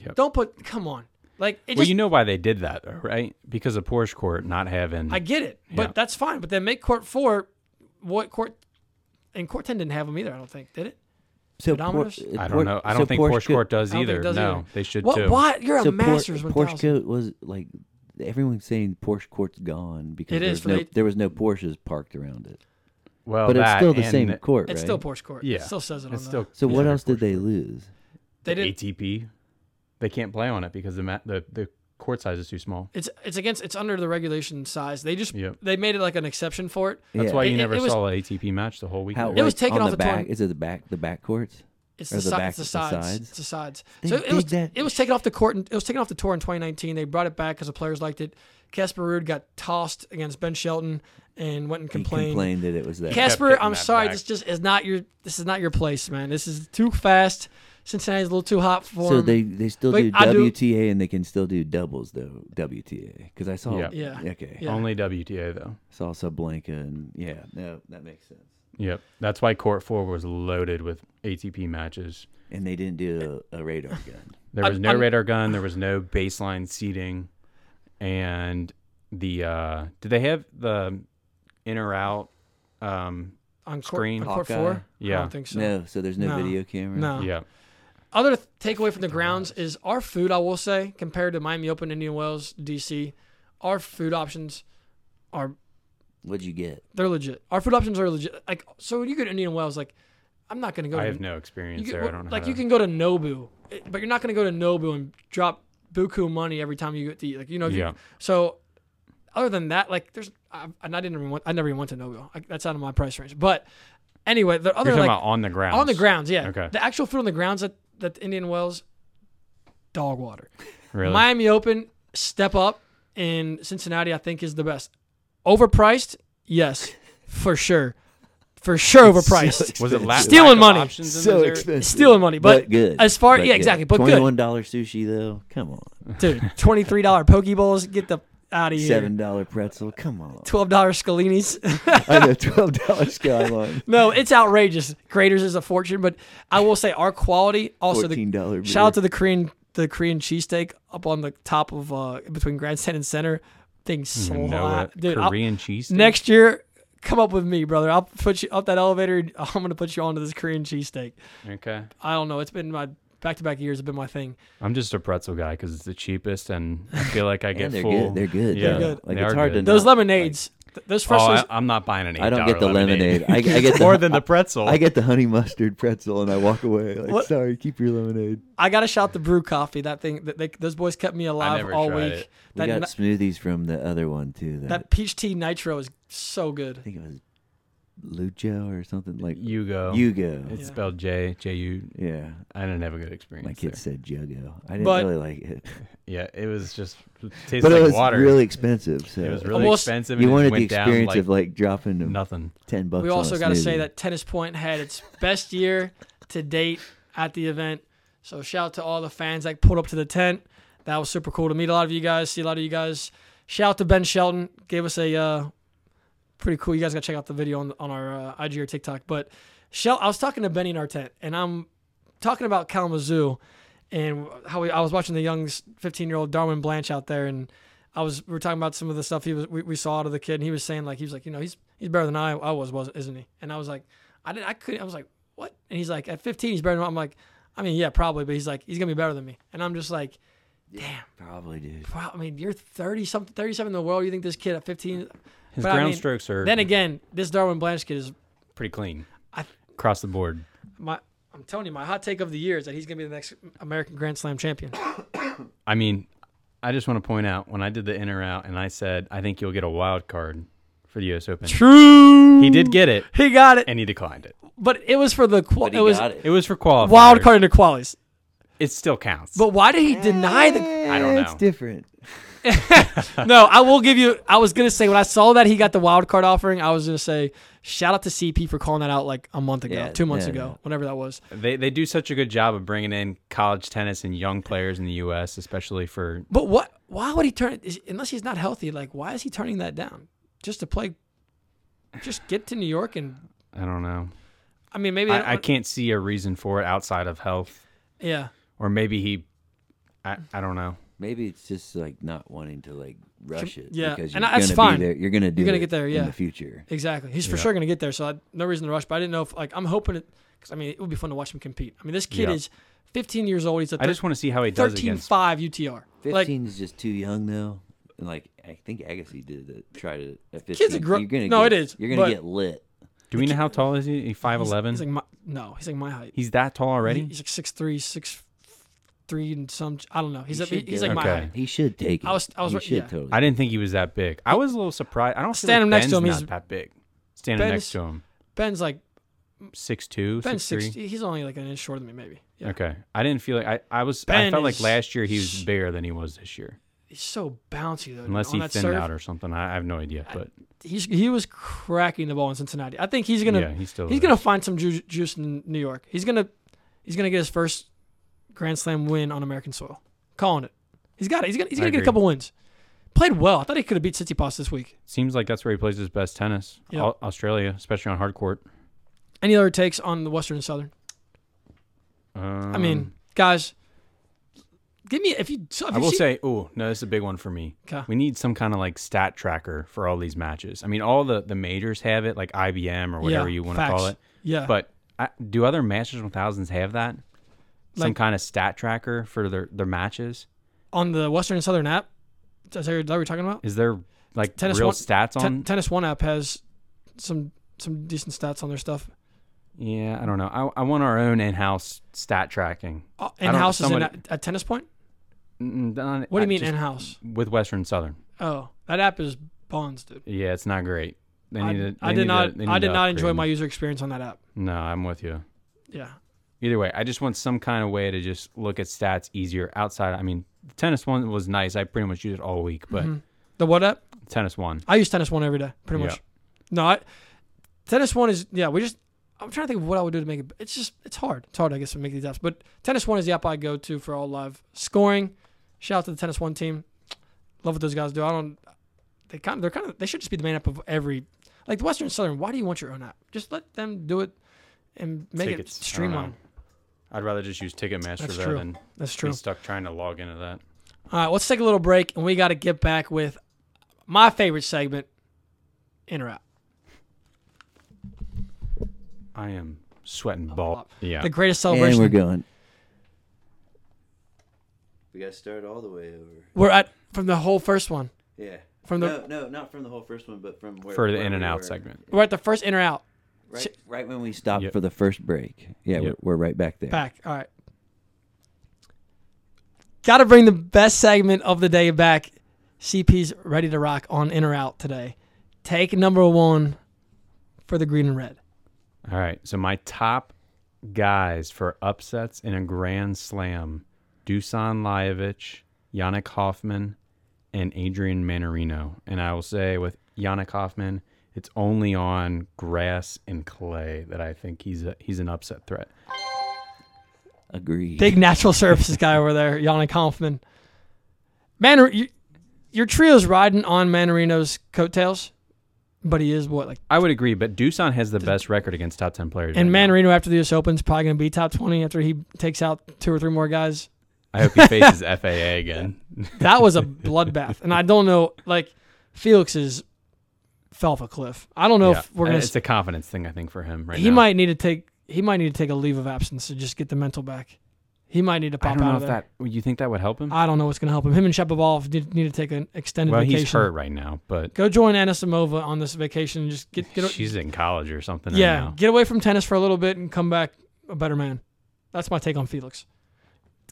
Speaker 2: Yep.
Speaker 1: Don't put come on. Like it
Speaker 2: well,
Speaker 1: just
Speaker 2: you know why they did that, though, right? Because of Porsche Court not having.
Speaker 1: I get it, but
Speaker 2: Yeah.
Speaker 1: that's fine. But then make court four. What court? And court ten didn't have them either. I don't think did it.
Speaker 3: Oh, So uh,
Speaker 1: Speedometers?
Speaker 2: I don't know. I don't think Porsche Court does
Speaker 1: I don't think it
Speaker 2: either.
Speaker 1: does
Speaker 2: no,
Speaker 1: either.
Speaker 2: they should
Speaker 1: What?
Speaker 2: too.
Speaker 1: Why? You're a
Speaker 3: so Por-
Speaker 1: Masters one
Speaker 3: Porsche
Speaker 1: thousand.
Speaker 3: Court was like everyone's saying Porsche Court's gone because
Speaker 1: It
Speaker 3: there
Speaker 1: is
Speaker 3: was
Speaker 1: for
Speaker 3: no,
Speaker 1: the-
Speaker 3: there was no Porsches parked around it.
Speaker 2: Well,
Speaker 3: but it's
Speaker 2: that
Speaker 3: still the
Speaker 2: and
Speaker 3: same
Speaker 2: the-
Speaker 3: court,
Speaker 1: It's
Speaker 3: right?
Speaker 1: still Porsche Court.
Speaker 2: Yeah.
Speaker 1: It still says it on
Speaker 2: It's
Speaker 1: the.
Speaker 2: still.
Speaker 3: so what
Speaker 2: yeah,
Speaker 3: else did
Speaker 2: Porsche
Speaker 3: they
Speaker 2: Court.
Speaker 3: lose?
Speaker 1: They
Speaker 2: The
Speaker 1: did.
Speaker 2: ATP. They can't play on it because the ma- the the court size is too small.
Speaker 1: It's it's against it's under the regulation size. They just
Speaker 2: Yep.
Speaker 1: they made it like an exception for it.
Speaker 2: That's
Speaker 3: Yeah.
Speaker 2: why
Speaker 1: It-
Speaker 2: you
Speaker 1: it-
Speaker 2: never
Speaker 1: it was-
Speaker 2: saw an ATP match the whole weekend.
Speaker 3: How
Speaker 1: It was
Speaker 3: like,
Speaker 1: taken
Speaker 3: on
Speaker 1: off
Speaker 3: the
Speaker 1: the tour-
Speaker 3: back. Is it the back the back courts?
Speaker 1: It's
Speaker 3: Or
Speaker 1: the, si-
Speaker 3: the back-
Speaker 1: it's the
Speaker 3: the
Speaker 1: sides.
Speaker 3: sides?
Speaker 1: It's the sides.
Speaker 3: They
Speaker 1: so it
Speaker 3: dig
Speaker 1: was
Speaker 3: that-
Speaker 1: it was taken off the court. And, it was taken off the tour in 2019. They brought it back because the players liked it. Casper Ruud got tossed against Ben Shelton and went and
Speaker 3: He
Speaker 1: complained.
Speaker 3: complained that it was that.
Speaker 1: Casper,
Speaker 2: hitting
Speaker 1: I'm
Speaker 2: that
Speaker 1: sorry,
Speaker 2: back.
Speaker 1: this just is not your this is not your place, man. This is too fast. Cincinnati's a little too hot for
Speaker 3: So
Speaker 1: him.
Speaker 3: they they still
Speaker 1: Like,
Speaker 3: do
Speaker 1: I do-
Speaker 3: WTA and they can still do doubles though WTA because I saw
Speaker 2: Yep.
Speaker 1: Yeah.
Speaker 3: okay
Speaker 1: Yeah.
Speaker 2: Only WTA though.
Speaker 3: saw Sablanka and yeah no that makes sense
Speaker 2: Yep. That's why court four was loaded with ATP matches.
Speaker 3: and they didn't do a, a radar gun
Speaker 2: There
Speaker 1: I'm-
Speaker 2: was no
Speaker 1: I'm-
Speaker 2: radar gun. There was no baseline seating, and the uh did they have the in or out? Um,
Speaker 1: on court,
Speaker 2: Screen.
Speaker 1: on court
Speaker 3: Hawkeye.
Speaker 1: four? I
Speaker 2: yeah,
Speaker 1: don't think so.
Speaker 3: no so there's no,
Speaker 1: No.
Speaker 3: video camera
Speaker 1: No.
Speaker 2: yeah.
Speaker 1: Other th- takeaway from the grounds is our food, I will say, compared to Miami Open, Indian Wells, DC, our food options are
Speaker 3: what'd you get
Speaker 1: they're legit. Our food options are legit. Like so when you go to Indian Wells, like I'm not gonna go
Speaker 2: I
Speaker 1: to
Speaker 2: have no
Speaker 1: you
Speaker 2: experience
Speaker 1: can-
Speaker 2: there. I don't know.
Speaker 1: like
Speaker 2: how
Speaker 1: you
Speaker 2: to-
Speaker 1: can go to Nobu, it- but you're not gonna go to Nobu and drop buku money every time you get to eat. Like you know, if you-
Speaker 2: Yeah.
Speaker 1: So, other than that, like, there's I, and I didn't even want, I never even went to Nobu. I, that's out of my price range. But anyway, the
Speaker 2: You're
Speaker 1: other
Speaker 2: talking
Speaker 1: like
Speaker 2: about on the ground.
Speaker 1: on the grounds, yeah.
Speaker 2: Okay.
Speaker 1: The actual food on the grounds at that Indian Wells, dog water.
Speaker 2: Really?
Speaker 1: Miami Open, step up in Cincinnati. I think is the best. Overpriced, yes, for sure, for sure overpriced.
Speaker 2: was it last
Speaker 1: Stealing money.
Speaker 2: Options in
Speaker 3: so
Speaker 2: those areas?
Speaker 3: expensive
Speaker 1: Stealing money, but,
Speaker 3: good
Speaker 1: as far-
Speaker 3: but
Speaker 1: yeah, exactly, but good.
Speaker 3: $21 sushi though come on
Speaker 1: dude, twenty three dollar poke bowls. Get the out of here.
Speaker 3: Seven dollar pretzel. Come on,
Speaker 1: Twelve dollar scallinis.
Speaker 3: I know twelve dollar skyline.
Speaker 1: No, it's outrageous. Graders is a fortune, but I will say our quality also the
Speaker 3: Fourteen dollar.
Speaker 1: shout out to the Korean the Korean cheesesteak up on the top of uh between Grandstand and Center. Things
Speaker 2: You know
Speaker 1: slap.
Speaker 2: it.
Speaker 1: Dude, I'll-
Speaker 2: Korean cheese. steak?
Speaker 1: next year come up with me, brother. I'll put you up that elevator. I'm gonna put you onto this Korean cheesesteak.
Speaker 2: Okay.
Speaker 1: I don't know. It's been my back to back years have been my thing.
Speaker 2: I'm just a pretzel guy because it's the cheapest, and I feel like I get
Speaker 3: they're
Speaker 2: full.
Speaker 3: good. They're good.
Speaker 2: Yeah,
Speaker 3: though.
Speaker 1: They're good.
Speaker 3: uh, Like
Speaker 2: They
Speaker 3: it's
Speaker 2: are
Speaker 3: hard
Speaker 2: good.
Speaker 3: to.
Speaker 1: Those
Speaker 3: not-
Speaker 1: lemonades, th- those
Speaker 2: Oh,
Speaker 1: fresh
Speaker 2: I,
Speaker 1: ones.
Speaker 2: I'm not buying an eight.
Speaker 3: I don't get the lemonade. I, I get the,
Speaker 2: More than the pretzel.
Speaker 3: I get the honey mustard pretzel, and I walk away. Like,
Speaker 1: What?
Speaker 3: sorry, keep your lemonade.
Speaker 1: I, gotta shout the brew coffee. That thing. That they, those boys kept me alive
Speaker 2: never
Speaker 1: all
Speaker 2: tried
Speaker 1: week.
Speaker 2: it.
Speaker 1: That
Speaker 3: We got
Speaker 1: ni-
Speaker 3: smoothies from the other one too. That,
Speaker 1: that peach tea nitro is so good.
Speaker 3: I think it was Lujo or something like
Speaker 2: Yugo.
Speaker 3: Yugo.
Speaker 2: It's
Speaker 1: Yeah.
Speaker 2: spelled J J U.
Speaker 3: Yeah,
Speaker 2: I didn't have a good experience.
Speaker 3: my kids said Jugo. I didn't
Speaker 1: But-
Speaker 3: really like it,
Speaker 2: there. Yeah, it was just it tastes
Speaker 3: but
Speaker 2: like
Speaker 3: it was
Speaker 2: water.
Speaker 3: really expensive. So
Speaker 2: it was really
Speaker 1: Almost-
Speaker 2: expensive.
Speaker 3: you
Speaker 2: and it
Speaker 3: wanted the
Speaker 2: went down
Speaker 3: experience
Speaker 2: like
Speaker 3: of like dropping them
Speaker 2: nothing.
Speaker 3: ten bucks.
Speaker 1: We
Speaker 3: on a
Speaker 1: also got to say
Speaker 3: smoothie.
Speaker 1: that Tennis Point had its best year to date at the event. So shout out to all the fans that pulled up to the tent. That was super cool to meet a lot of you guys, see a lot of you guys. Shout out to Ben Shelton, gave us a uh, pretty cool. You guys got to check out the video on on our uh, IG or TikTok. But Shel, I was talking to Benny in our tent, and I'm talking about Kalamazoo and how we, I was watching the young 15 year old Darwin Blanche out there, and I was we were talking about some of the stuff he was we, we saw out of the kid, and he was saying like he was like you know he's he's better than I I was was isn't he? And I was like I didn't I couldn't I was like what? And he's like at 15 he's better than I'm like I mean yeah probably, but he's like he's gonna be better than me, and I'm just like
Speaker 3: probably dude.
Speaker 1: wow I mean you're 30 something 37 in the world you think this kid at 15?
Speaker 2: His
Speaker 1: But I
Speaker 2: ground
Speaker 1: mean,
Speaker 2: strokes are
Speaker 1: Then again this Darwin Blanche kid is
Speaker 2: pretty clean
Speaker 1: I-
Speaker 2: across the board.
Speaker 1: my I'm telling you, my hot take of the year is that he's going to be the next American Grand Slam champion.
Speaker 2: I mean, I just want to point out when I did the in or out and I said, I think you'll get a wild card for the U.S. Open.
Speaker 1: True.
Speaker 2: He did get it
Speaker 1: He got it,
Speaker 2: and he declined it.
Speaker 1: but it was for the qual-
Speaker 3: But he
Speaker 1: it was
Speaker 3: got it.
Speaker 2: It was for qualifiers.
Speaker 1: wild card into qualies.
Speaker 2: It still counts.
Speaker 1: But why did he deny the?
Speaker 2: I don't
Speaker 3: Eh, It's
Speaker 2: know.
Speaker 3: different.
Speaker 1: No, I will give you. I was gonna say when I saw that he got the wild card offering, I was gonna say shout out to CP for calling that out like a month ago,
Speaker 3: Yeah,
Speaker 1: two months
Speaker 3: yeah,
Speaker 1: ago,
Speaker 3: yeah.
Speaker 1: whenever that was.
Speaker 2: they they do such a good job of bringing in college tennis and young players in the U.S., especially for
Speaker 1: But what? Why would he turn it? is- Unless he's not healthy, like why is he turning that down? Just to play, just get to New York and.
Speaker 2: I don't know.
Speaker 1: I mean, maybe they don't
Speaker 2: I, I
Speaker 1: want-
Speaker 2: can't see a reason for it outside of health,
Speaker 1: Yeah,
Speaker 2: or maybe he. I, I don't know.
Speaker 3: Maybe it's just like not wanting to like rush it.
Speaker 1: Yeah,
Speaker 3: because
Speaker 1: and
Speaker 3: you're
Speaker 1: I- that's
Speaker 3: gonna
Speaker 1: fine.
Speaker 3: Be there. You're gonna do.
Speaker 1: gonna
Speaker 3: it
Speaker 1: get there,
Speaker 3: in
Speaker 1: yeah.
Speaker 3: the future.
Speaker 1: exactly. He's for sure gonna get there, so I, no reason to rush. But I didn't know if like I'm hoping it because I mean it would be fun to watch him compete. I mean, this kid
Speaker 2: Yeah.
Speaker 1: is 15 years old. He's a
Speaker 2: I just want to see how he does
Speaker 1: 13
Speaker 2: against.
Speaker 1: 5 UTR. Like,
Speaker 3: Fifteen is just too young though. And like I think Agassi did it. Tried it at fifteen.
Speaker 1: Kid's a gro-
Speaker 3: you're gonna
Speaker 1: no,
Speaker 3: get,
Speaker 1: it is,
Speaker 3: You're gonna
Speaker 1: but-
Speaker 3: get lit.
Speaker 2: do we know how tall is he? Five eleven.
Speaker 1: He's like my, no, he's like my height.
Speaker 2: He's that tall already.
Speaker 1: He's like six three, six three, and some. I don't know. He's
Speaker 3: He
Speaker 1: up, he-
Speaker 3: should
Speaker 1: he's
Speaker 3: get
Speaker 1: like
Speaker 3: it.
Speaker 1: my
Speaker 2: Okay.
Speaker 1: height.
Speaker 3: He should take it.
Speaker 1: I was- I was
Speaker 3: He
Speaker 1: right-
Speaker 3: should
Speaker 1: yeah.
Speaker 3: totally.
Speaker 2: I didn't think he was that big. I was a little surprised. I don't feel
Speaker 1: Stand
Speaker 2: like
Speaker 1: him next to
Speaker 2: Ben's
Speaker 1: him,
Speaker 2: Not
Speaker 1: he's-
Speaker 2: that big. Standing
Speaker 1: Ben's-
Speaker 2: next to him,
Speaker 1: Ben's like
Speaker 2: six two,
Speaker 1: Ben's
Speaker 2: six three.
Speaker 1: six. He's only like an inch shorter than me, maybe. Yeah.
Speaker 2: Okay, I didn't feel like I. I was.
Speaker 1: Ben
Speaker 2: I felt
Speaker 1: is-
Speaker 2: like last year he was bigger than he was this year,
Speaker 1: He's so bouncy though.
Speaker 2: unless
Speaker 1: dude,
Speaker 2: he
Speaker 1: on that
Speaker 2: thinned
Speaker 1: serve,
Speaker 2: out or something. I, I have no idea, but
Speaker 1: He's, he was cracking the ball in Cincinnati. I think he's gonna
Speaker 2: yeah, he still.
Speaker 1: he's
Speaker 2: is.
Speaker 1: gonna find some ju- juice in New York. He's gonna he's gonna get his first Grand Slam win on American soil. Calling it. He's got it. He's gonna he's
Speaker 2: I
Speaker 1: gonna get a
Speaker 2: agree.
Speaker 1: couple wins. Played well. I thought he could have beat Tsitsipas this week.
Speaker 2: Seems like that's where he plays his best tennis.
Speaker 1: Yeah.
Speaker 2: Au- Australia, especially on hard court.
Speaker 1: Any other takes on the Western and Southern?
Speaker 2: Uh,
Speaker 1: I mean, guys, give me if you. If
Speaker 2: Um, I
Speaker 1: you
Speaker 2: will
Speaker 1: see-
Speaker 2: say, oh no, this is a big one for me.
Speaker 1: 'Kay.
Speaker 2: We need some kind of like stat tracker for all these matches. I mean, all the the majors have it, like IBM or whatever
Speaker 1: Yeah,
Speaker 2: you want to call
Speaker 1: facts.
Speaker 2: it.
Speaker 1: Yeah,
Speaker 2: But I, do other Masters One Thousands have that? some
Speaker 1: Like-
Speaker 2: kind of stat tracker for their their matches.
Speaker 1: on the Western and Southern app, is that what we're talking about?
Speaker 2: Is there like
Speaker 1: Tennis
Speaker 2: real
Speaker 1: One-
Speaker 2: stats
Speaker 1: Ten-
Speaker 2: on?
Speaker 1: Tennis One app has some some decent stats on their stuff.
Speaker 2: yeah, I don't know. I, I want our own in house stat tracking.
Speaker 1: Uh, in
Speaker 2: don't
Speaker 1: house is in
Speaker 2: somebody-
Speaker 1: at, at Tennis Point.
Speaker 2: Mm, mm,
Speaker 1: What do
Speaker 2: I
Speaker 1: you mean
Speaker 2: just-
Speaker 1: in house?
Speaker 2: with Western Southern?
Speaker 1: Oh, that app is bonds, dude.
Speaker 2: Yeah, it's not great. They
Speaker 1: I,
Speaker 2: need to,
Speaker 1: I
Speaker 2: they
Speaker 1: did
Speaker 2: need to-
Speaker 1: not
Speaker 2: they
Speaker 1: I
Speaker 2: need to
Speaker 1: did not
Speaker 2: upgrade
Speaker 1: enjoy
Speaker 2: them.
Speaker 1: my user experience on that app.
Speaker 2: No, I'm with you.
Speaker 1: Yeah,
Speaker 2: Either way, I just want some kind of way to just look at stats easier outside. I mean, the tennis one was nice. I pretty much used it all week,
Speaker 1: Mm-hmm.
Speaker 2: but
Speaker 1: the what app?
Speaker 2: tennis one.
Speaker 1: I use Tennis One every day, pretty
Speaker 2: Yeah.
Speaker 1: much. No, I, Tennis One is yeah. We just I'm trying to think of what I would do to make it. It's just it's hard. It's hard, I guess, to make these apps. But Tennis One is the app I go to for all live scoring. Shout out to the Tennis One team. Love what those guys do. I don't. They kind of they're kind of they should just be the main app of every like the Western Southern. Why do you want your own app? Just let them do it and make
Speaker 2: Tickets,
Speaker 1: it
Speaker 2: I don't
Speaker 1: streamlined.
Speaker 2: know. I'd rather just use Ticketmaster
Speaker 1: That's
Speaker 2: though
Speaker 1: true.
Speaker 2: than
Speaker 1: That's true.
Speaker 2: be stuck trying to log into that.
Speaker 1: All right, let's take a little break, and we got to get back with my favorite segment, in or out.
Speaker 2: I am sweating ball. Yeah.
Speaker 1: The greatest
Speaker 3: And
Speaker 1: celebration.
Speaker 3: we're going. We gotta start all the way over.
Speaker 1: we're at from the whole first one.
Speaker 3: Yeah.
Speaker 1: From the-
Speaker 3: no, no, not from the whole first one, but from where,
Speaker 2: for the
Speaker 3: where
Speaker 2: in and
Speaker 3: we
Speaker 2: out
Speaker 3: were.
Speaker 2: segment.
Speaker 1: We're at the first in or out.
Speaker 3: Right, right when we stopped
Speaker 2: Yep.
Speaker 3: for the first break. Yeah,
Speaker 2: Yep.
Speaker 3: we're, we're right back there.
Speaker 1: Back. All right. Got to bring the best segment of the day back. CP's ready to rock on in or out today. Take number one for the green and red.
Speaker 2: All right. So my top guys for upsets in a grand slam: Dusan Lajovic, Yannick Hoffman, and Adrian Manarino. And I will say with Yannick Hoffman, it's only on grass and clay that I think he's a, he's an upset threat.
Speaker 3: Agreed.
Speaker 1: Big natural surfaces guy over there, Yannick Kaufman. Man, you, your trio's riding on Manarino's coattails, but he is what like.
Speaker 2: I would agree, but Dusan has the best record against top ten players.
Speaker 1: And
Speaker 2: right now.
Speaker 1: Manarino after the US Open's probably gonna be top twenty after he takes out two or three more guys.
Speaker 2: I hope he faces FAA again.
Speaker 1: That was a bloodbath, and I don't know. Like Felix's fell off a cliff. I don't know
Speaker 2: Yeah.
Speaker 1: if we're gonna.
Speaker 2: it's a confidence thing, I think, for him right
Speaker 1: he
Speaker 2: now.
Speaker 1: might need to take. He might need to take a leave of absence to just get the mental back. He might need to pop
Speaker 2: I don't
Speaker 1: out
Speaker 2: know
Speaker 1: of
Speaker 2: if
Speaker 1: there.
Speaker 2: that. You think that would help him?
Speaker 1: I don't know what's gonna help him. Him and Shapovalov did need to take an extended
Speaker 2: well,
Speaker 1: vacation.
Speaker 2: he's hurt right now, but
Speaker 1: Go join Anna Samova on this vacation and just get get.
Speaker 2: she's in college or something. right
Speaker 1: yeah,
Speaker 2: now.
Speaker 1: get away from tennis for a little bit and come back a better man. That's my take on Felix.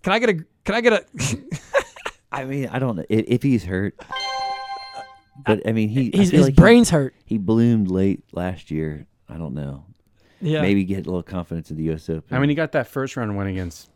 Speaker 1: Can I get a? Can I get a?
Speaker 3: I mean, I don't know if, if he's hurt, but I mean, he I
Speaker 1: his
Speaker 3: feel
Speaker 1: his
Speaker 3: like he-
Speaker 1: brain's hurt.
Speaker 3: He, bloomed late last year. I don't know.
Speaker 1: Yeah.
Speaker 3: Maybe get a little confidence in the U.S. Open.
Speaker 2: I mean, he got that first round win against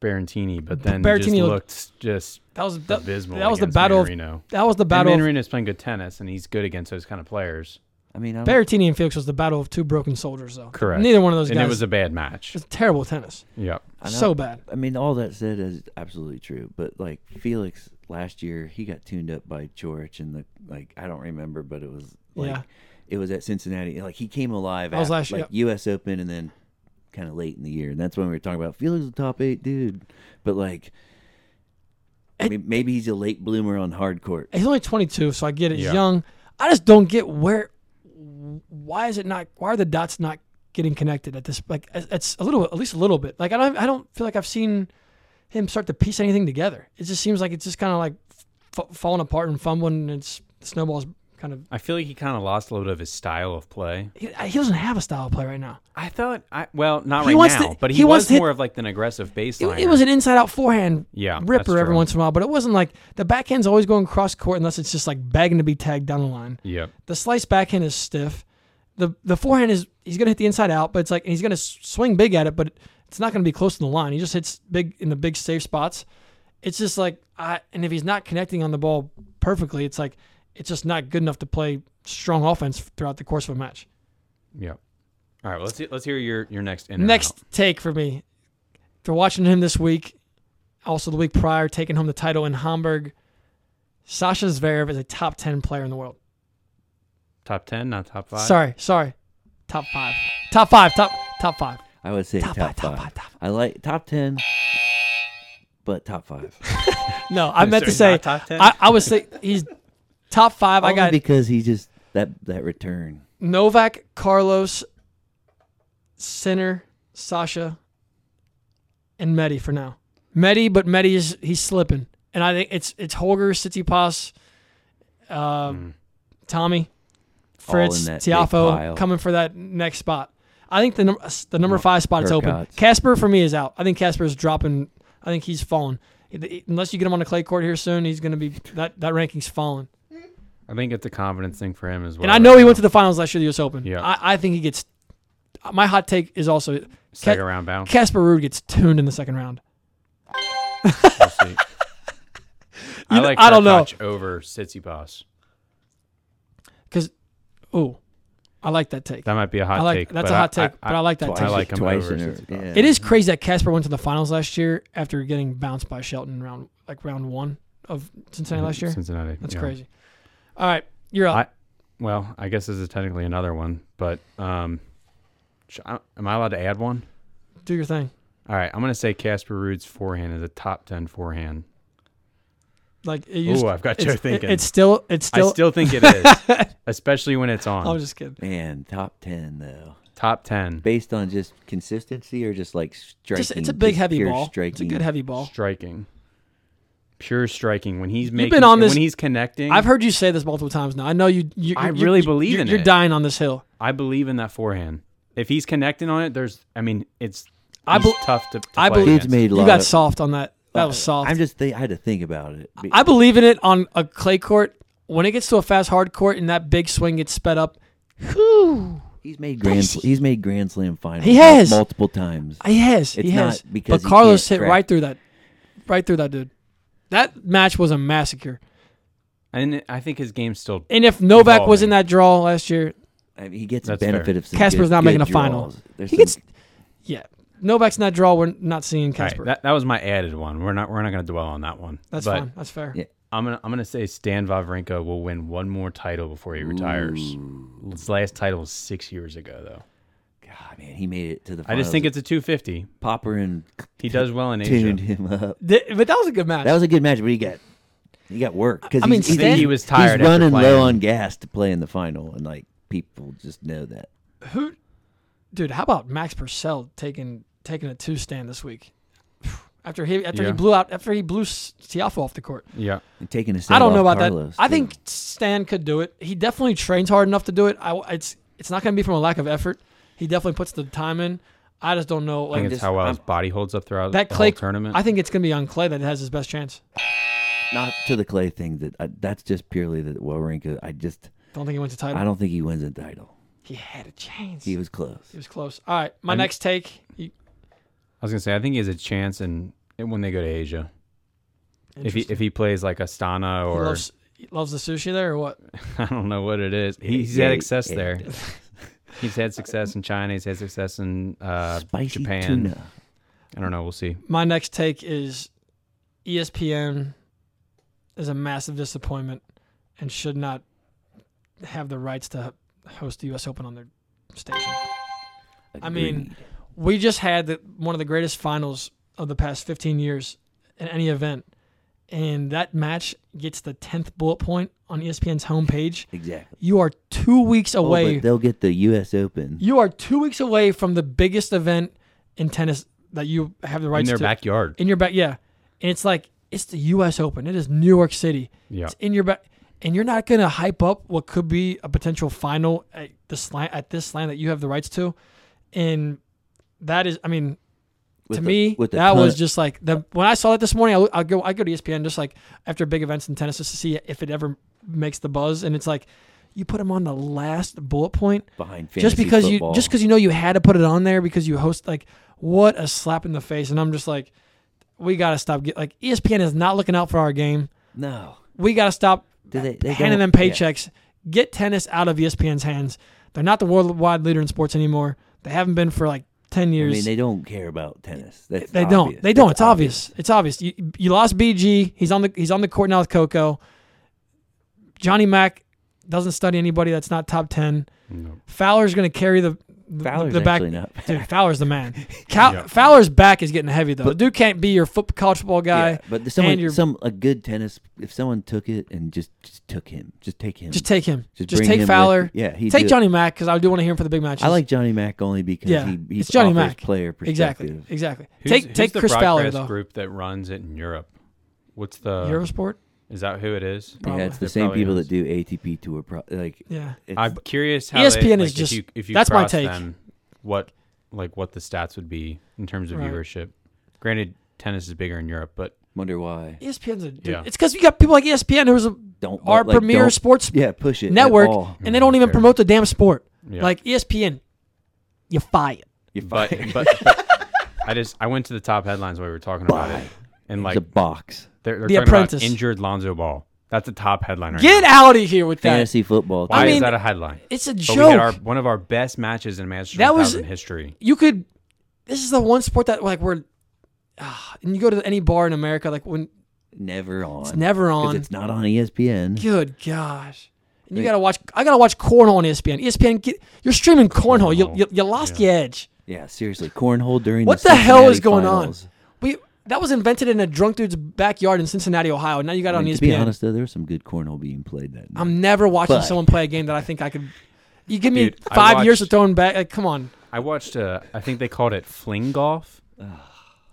Speaker 2: Berrettini, but then just
Speaker 1: Berrettini
Speaker 2: looked s- just
Speaker 1: That was that,
Speaker 2: abysmal.
Speaker 1: that was the
Speaker 2: against
Speaker 1: battle. Of,
Speaker 2: Manarino.
Speaker 1: that was the
Speaker 2: Battle
Speaker 1: battle.
Speaker 2: and
Speaker 1: Of,
Speaker 2: Manarino's playing good tennis, and he's good against those kind of players.
Speaker 3: I mean, I don't,
Speaker 1: Berrettini and Felix was the battle of two broken soldiers, though.
Speaker 2: Correct.
Speaker 1: Neither one of those
Speaker 2: And
Speaker 1: guys.
Speaker 2: it was a bad match.
Speaker 1: it's terrible tennis.
Speaker 2: Yep.
Speaker 3: I know-
Speaker 1: So bad.
Speaker 3: I mean, all that said is absolutely true. But like Felix last year, he got tuned up by Chorich and the like. I don't remember, but it was like
Speaker 1: Yeah.
Speaker 3: it was at Cincinnati. Like he came alive.
Speaker 1: That was
Speaker 3: after,
Speaker 1: last year,
Speaker 3: like U.S. Open, and then kind of late in the year, and that's when we were talking about Felix is a top eight dude. But like, I mean, maybe he's a late bloomer on hard court.
Speaker 1: He's only 22, so I get it. He's
Speaker 2: Yeah.
Speaker 1: young. I just don't get where. Why is it not? Why are the dots not getting connected at this? Like it's- it's a little, at least a little bit. Like I don't, I don't feel like I've seen him start to piece anything together. It just seems like it's just kind of like f- falling apart and fumbling, and it's snowballs kind of.
Speaker 2: I feel like he kind of lost a little bit of his style of play.
Speaker 1: He, he doesn't have a style of play right now.
Speaker 2: I thought, I well, not
Speaker 1: He
Speaker 2: right
Speaker 1: wants
Speaker 2: now,
Speaker 1: to-
Speaker 2: but he,
Speaker 1: he wants
Speaker 2: was
Speaker 1: to hit-
Speaker 2: more of like an aggressive
Speaker 1: It,
Speaker 2: baseline.
Speaker 1: it was an inside out forehand
Speaker 2: yeah Oh, that's
Speaker 1: ripper every
Speaker 2: true.
Speaker 1: once in a while, but it wasn't like the backhand's always going cross court unless it's just like begging to be tagged down the line.
Speaker 2: Yep.
Speaker 1: The slice backhand is stiff. The the forehand is he's gonna hit the inside out, but it's like and he's gonna s- swing big at it, but it's not gonna be close to the line. He just hits big in the big safe spots. It's just like I and if he's not connecting on the ball perfectly, it's like it's just not good enough to play strong offense throughout the course of a match.
Speaker 2: Yep. All right. Well, let's let's hear your your next in or
Speaker 1: Next
Speaker 2: out.
Speaker 1: take for me. For watching him this week, also the week prior, taking home the title in Hamburg, Sasha Zverev is a top 10 player in the world.
Speaker 2: top ten, not top five.
Speaker 1: Sorry, sorry. Top five. Top five, top top five.
Speaker 3: I would say
Speaker 1: Top
Speaker 3: top,
Speaker 1: five, top
Speaker 3: five.
Speaker 1: five, top
Speaker 3: I like top ten, but top five.
Speaker 1: No, I meant to
Speaker 2: So he's
Speaker 1: say,
Speaker 2: not top 10?
Speaker 1: I, I was say he's top five. I
Speaker 3: Only
Speaker 1: got
Speaker 3: because he just that that return.
Speaker 1: Novak, Carlos, Sinner, Sasha, and Medi for now. Medi, but Medi is he's slipping, and I think it's it's Holger, Sitsipas, uh,
Speaker 2: Hmm.
Speaker 1: Tommy, Fritz,
Speaker 3: that big pile.
Speaker 1: Tiafo coming for that next spot. I think the num- the number five spot is open.
Speaker 3: Hurkacz.
Speaker 1: Casper for me is out. I think Casper is dropping. I think he's falling. Unless you get him on the clay court here soon, he's going to be that that ranking's falling.
Speaker 2: I think it's a confidence thing for him as well.
Speaker 1: And I know he went to the finals last year, the U.S. Open.
Speaker 2: Yeah.
Speaker 1: I, I think he gets. My hot take is also
Speaker 2: second round bounce.
Speaker 1: Casper Ruud gets tuned in the second round.
Speaker 2: We'll see. I
Speaker 1: You-
Speaker 2: like
Speaker 1: I don't know.
Speaker 2: Hurkacz over Tsitsipas.
Speaker 1: Because, ooh, I like that take.
Speaker 2: That might be a hot
Speaker 1: I like
Speaker 2: take.
Speaker 1: that's
Speaker 2: but
Speaker 1: a hot
Speaker 2: I-
Speaker 1: take, but I like that
Speaker 3: Twice,
Speaker 1: take.
Speaker 2: I like him
Speaker 3: twice
Speaker 2: over
Speaker 3: in a-
Speaker 2: Sitsipas.
Speaker 3: yeah.
Speaker 1: it is crazy that Casper went to the finals last year after getting bounced by Shelton in round like round one of Cincinnati last year.
Speaker 2: Cincinnati.
Speaker 1: That's
Speaker 2: Mm-hmm. yeah.
Speaker 1: crazy. All right, you're up.
Speaker 2: I- Well, I guess this is technically another one, but um, sh- I- am I allowed to add one?
Speaker 1: Do your thing.
Speaker 2: All right, I'm gonna say Casper Ruud's forehand is a top ten forehand.
Speaker 1: Like it used.
Speaker 2: Ooh, I've got you
Speaker 1: it's,
Speaker 2: thinking.
Speaker 1: it- it's still. It's still.
Speaker 2: I still think it is, especially when it's on.
Speaker 1: I'm just kidding.
Speaker 3: Man, top ten though,
Speaker 2: top ten
Speaker 3: based on just consistency or just like striking.
Speaker 1: Just, it's a big
Speaker 3: just
Speaker 1: heavy
Speaker 3: pure
Speaker 1: ball.
Speaker 3: Striking.
Speaker 1: It's a good heavy ball.
Speaker 2: striking, pure striking. When he's making,
Speaker 1: been on this-
Speaker 2: when he's connecting,
Speaker 1: I've heard you say this multiple times now. I know you. you
Speaker 2: I
Speaker 1: you-
Speaker 2: really
Speaker 1: you-
Speaker 2: believe
Speaker 1: you're,
Speaker 2: in
Speaker 1: You're
Speaker 2: it.
Speaker 1: dying on this hill.
Speaker 2: I believe in that forehand. If he's connecting on it, there's. I mean, it's.
Speaker 1: I
Speaker 2: he's
Speaker 1: bel-
Speaker 2: tough to. to
Speaker 1: I
Speaker 2: play
Speaker 1: believe-
Speaker 3: Dude's
Speaker 2: against.
Speaker 3: made a lot
Speaker 1: You got
Speaker 3: of-
Speaker 1: soft on that. That was soft.
Speaker 3: Uh, I'm just think I had to think about it. Be-
Speaker 1: I believe in it on a clay court. When it gets to a fast hard court and that big swing gets sped up, whew,
Speaker 3: he's made grand. sl- He's made Grand Slam finals.
Speaker 1: He
Speaker 3: mul-
Speaker 1: has.
Speaker 3: multiple times.
Speaker 1: he has, he
Speaker 3: It's not
Speaker 1: has.
Speaker 3: because
Speaker 1: Uh, but
Speaker 3: he
Speaker 1: Carlos hit
Speaker 3: can't crack.
Speaker 1: right through that, right through that dude. That match was a massacre.
Speaker 2: and I think his game's still.
Speaker 1: And if Novak was in that draw last year,
Speaker 3: I mean, he gets the
Speaker 2: That's fair.
Speaker 3: benefit of some
Speaker 1: Casper's
Speaker 3: good-
Speaker 1: not making
Speaker 3: good
Speaker 1: a final.
Speaker 3: draws. There's
Speaker 1: he
Speaker 3: some-
Speaker 1: gets. Yeah, Novak's in that draw. We're not seeing
Speaker 2: All right,
Speaker 1: Casper.
Speaker 2: that, that was my added one. We're not. We're not going to dwell on that one.
Speaker 1: That's
Speaker 2: but
Speaker 1: fine. That's fair.
Speaker 3: Yeah.
Speaker 2: I'm gonna. I'm gonna say Stan Wawrinka will win one more title before he retires. His last title was six years ago, though.
Speaker 3: God, man, he made it to the.
Speaker 2: I
Speaker 3: Finals.
Speaker 2: just think it's a 250.
Speaker 3: Popper and
Speaker 2: He does well in Asia.
Speaker 3: tuned him up.
Speaker 1: Th- but that was a good match.
Speaker 3: That was a good match, but he got he got work because
Speaker 1: I mean, I think he
Speaker 2: was tired
Speaker 3: He's
Speaker 2: after
Speaker 3: running
Speaker 2: playing.
Speaker 3: low on gas to play in the final, and like people just know that.
Speaker 1: Who, dude? How about Max Purcell taking taking a two stand this week? After he after
Speaker 2: Yeah.
Speaker 1: he blew out after he blew S- Tiafo off the court.
Speaker 2: Yeah.
Speaker 3: And taking a
Speaker 1: I don't know
Speaker 3: off
Speaker 1: about
Speaker 3: Carlos,
Speaker 1: that. I
Speaker 3: too.
Speaker 1: think Stan could do it. He definitely trains hard enough to do it. I, it's it's not going to be from a lack of effort. He definitely puts the time in. I just don't know.
Speaker 2: I think
Speaker 1: Like
Speaker 2: it's
Speaker 3: just-
Speaker 2: how well his
Speaker 3: I'm-
Speaker 2: body holds up throughout
Speaker 1: that
Speaker 2: the
Speaker 1: clay
Speaker 2: whole tournament.
Speaker 1: I think it's gonna be on clay that has his best chance.
Speaker 3: Not to the clay thing. That I, that's just purely the Wawrinka. I just
Speaker 1: Don't think he wins the title.
Speaker 3: I don't think he wins a title.
Speaker 1: He had a chance.
Speaker 3: He
Speaker 1: He was,
Speaker 3: was close.
Speaker 1: close. All right, my
Speaker 2: I'm-
Speaker 1: next take. You,
Speaker 2: I was gonna say I think he has a chance, and when they go to Asia, if he if he plays like Astana
Speaker 1: He
Speaker 2: or
Speaker 1: loves, he loves the sushi there or what?
Speaker 2: I don't know what it is, he's
Speaker 3: yeah,
Speaker 2: had success
Speaker 3: yeah.
Speaker 2: there. he's had success in China. He's had success in uh,
Speaker 3: Spicy
Speaker 2: Japan.
Speaker 3: tuna.
Speaker 2: I don't know. We'll see.
Speaker 1: My next take is E ESPN is a massive disappointment and should not have the rights to host the U.S. Open on their station. I mean,
Speaker 3: Agreed.
Speaker 1: we just had the, one of the greatest finals of the past 15 years in any event. And that match gets the 10th bullet point on E ESPN's homepage.
Speaker 3: exactly.
Speaker 1: You are two weeks
Speaker 3: Oh,
Speaker 1: away.
Speaker 3: but they'll get the U.S. Open.
Speaker 1: you are two weeks away from the biggest event in tennis that you have the
Speaker 2: in
Speaker 1: rights
Speaker 2: their
Speaker 1: to.
Speaker 2: backyard.
Speaker 1: in your back, yeah. And it's like, it's the U.S. Open. It is New York City.
Speaker 2: Yeah.
Speaker 1: It's in your back. And you're not going to hype up what could be a potential final at, the slant, at this slant that you have the rights to. And that is, I mean,
Speaker 3: With
Speaker 1: to
Speaker 3: the-
Speaker 1: me,
Speaker 3: with the
Speaker 1: that was
Speaker 3: ton-
Speaker 1: just like the when I saw that this morning. I, I go, I go to E ESPN just like after big events in tennis just to see if it ever makes the buzz, and it's like you put them on the last bullet point
Speaker 3: behind
Speaker 1: just
Speaker 3: fantasy
Speaker 1: because
Speaker 3: football.
Speaker 1: you just because you know you had to put it on there because you host like what a slap in the face, and I'm just like, we gotta stop. Get, like E ESPN is not looking out for our game.
Speaker 3: no.
Speaker 1: We gotta stop
Speaker 3: Do they- they
Speaker 1: handing them
Speaker 3: don't- yeah.
Speaker 1: paychecks. Get tennis out of E ESPN's hands. They're not the worldwide leader in sports anymore. They haven't been for like ten
Speaker 3: I
Speaker 1: years.
Speaker 3: mean, they don't care about tennis. That's
Speaker 1: They
Speaker 3: obvious.
Speaker 1: don't. They don't.
Speaker 3: That's
Speaker 1: It's obvious. It's obvious. You, you lost BG. He's on the he's on the court now with Coco. Johnny Mack doesn't study anybody that's not top ten.
Speaker 2: No.
Speaker 1: Fowler's going to carry the the,
Speaker 3: Fowler's
Speaker 1: the back.
Speaker 3: actually not bad.
Speaker 1: Dude, Fowler's the man. Cal,
Speaker 2: Yeah.
Speaker 1: Fowler's back is getting heavy though.
Speaker 3: But-
Speaker 1: Dude can't be your foot, college football guy.
Speaker 3: Yeah, but someone,
Speaker 1: your-
Speaker 3: some a good tennis. If someone took it and just, just took him, just take him,
Speaker 1: Just take him. Just,
Speaker 3: bring him
Speaker 1: take
Speaker 3: with
Speaker 1: Fowler.
Speaker 3: you. Yeah, he
Speaker 1: Take Johnny Mack because I do want to hear him for the big matches.
Speaker 3: I like Johnny Mack only because
Speaker 1: Yeah,
Speaker 3: he, he
Speaker 1: it's Johnny
Speaker 3: offers
Speaker 1: Mack.
Speaker 3: player perspective.
Speaker 1: exactly, exactly.
Speaker 2: Who's,
Speaker 1: take
Speaker 2: who's
Speaker 1: take
Speaker 2: the
Speaker 1: Chris Fowler
Speaker 2: broadcast
Speaker 1: though.
Speaker 2: Group uh, that runs it in Europe. What's the?
Speaker 1: Eurosport.
Speaker 2: Is that who it is?
Speaker 1: Probably.
Speaker 3: Yeah, it's the
Speaker 2: It
Speaker 3: same
Speaker 2: probably
Speaker 3: people
Speaker 2: is.
Speaker 3: that do ATP tour. Pro, like
Speaker 1: Yeah.
Speaker 3: it's,
Speaker 2: I'm curious how
Speaker 1: ESPN
Speaker 2: they,
Speaker 1: is
Speaker 2: like,
Speaker 1: just-
Speaker 2: if you, if you
Speaker 1: that's my
Speaker 2: cross
Speaker 1: take.
Speaker 2: Them, what like what the stats would be in terms of
Speaker 1: Right.
Speaker 2: viewership? Granted, tennis is bigger in Europe, but
Speaker 3: wonder why
Speaker 1: ESPN's a dude.
Speaker 2: Yeah.
Speaker 1: It's because we got people like E ESPN who's a,
Speaker 3: don't
Speaker 1: our
Speaker 3: like,
Speaker 1: premier
Speaker 3: don't-
Speaker 1: sports
Speaker 3: yeah push it at
Speaker 1: network,
Speaker 3: all.
Speaker 1: and they don't even
Speaker 2: Mm, Fair.
Speaker 1: promote the damn sport.
Speaker 2: yeah.
Speaker 1: Like E ESPN, you fired.
Speaker 3: You
Speaker 2: but,
Speaker 3: buy-
Speaker 2: but, but I just I went to the top headlines when we were talking about
Speaker 3: Buy.
Speaker 2: it, and
Speaker 3: it's
Speaker 2: like
Speaker 3: a box
Speaker 2: they're, they're
Speaker 1: The
Speaker 2: talking
Speaker 1: Apprentice.
Speaker 2: about injured Lonzo Ball. That's a top headline right
Speaker 1: Get
Speaker 2: now.
Speaker 1: out of here with that.
Speaker 3: fantasy football.
Speaker 2: Why
Speaker 1: I
Speaker 2: is
Speaker 1: mean,
Speaker 2: that a headline?
Speaker 1: It's a
Speaker 2: But we had our
Speaker 1: joke.
Speaker 2: one of our best matches in Masters
Speaker 1: That was-
Speaker 2: 1000 history.
Speaker 1: you could. This is the one sport that like we're, ah, and you go to any bar in America, like when
Speaker 3: never on.
Speaker 1: it's never
Speaker 3: 'Cause
Speaker 1: on.
Speaker 3: It's not on E ESPN.
Speaker 1: Good gosh. And you
Speaker 3: They-
Speaker 1: gotta watch. I gotta watch cornhole on E ESPN. ESPN, get, you're streaming cornhole. You,
Speaker 2: Cornhole.
Speaker 1: you, you lost
Speaker 2: Yeah.
Speaker 1: your edge.
Speaker 3: Yeah, seriously, cornhole during
Speaker 1: What
Speaker 3: the,
Speaker 1: the hell is
Speaker 3: Cincinnati
Speaker 1: going on?
Speaker 3: finals.
Speaker 1: We that was invented in a drunk dude's backyard in Cincinnati, Ohio. Now you got it
Speaker 3: I
Speaker 1: on E
Speaker 3: mean,
Speaker 1: ESPN.
Speaker 3: to be honest, though, there was some good cornhole being played that night.
Speaker 1: I'm never watching
Speaker 3: But-
Speaker 1: someone play a game that I think I could. You give me
Speaker 2: Dude, I
Speaker 1: five years
Speaker 2: watched-
Speaker 1: of throwing back. Like, come on,
Speaker 2: I watched. Uh, I think they called it fling golf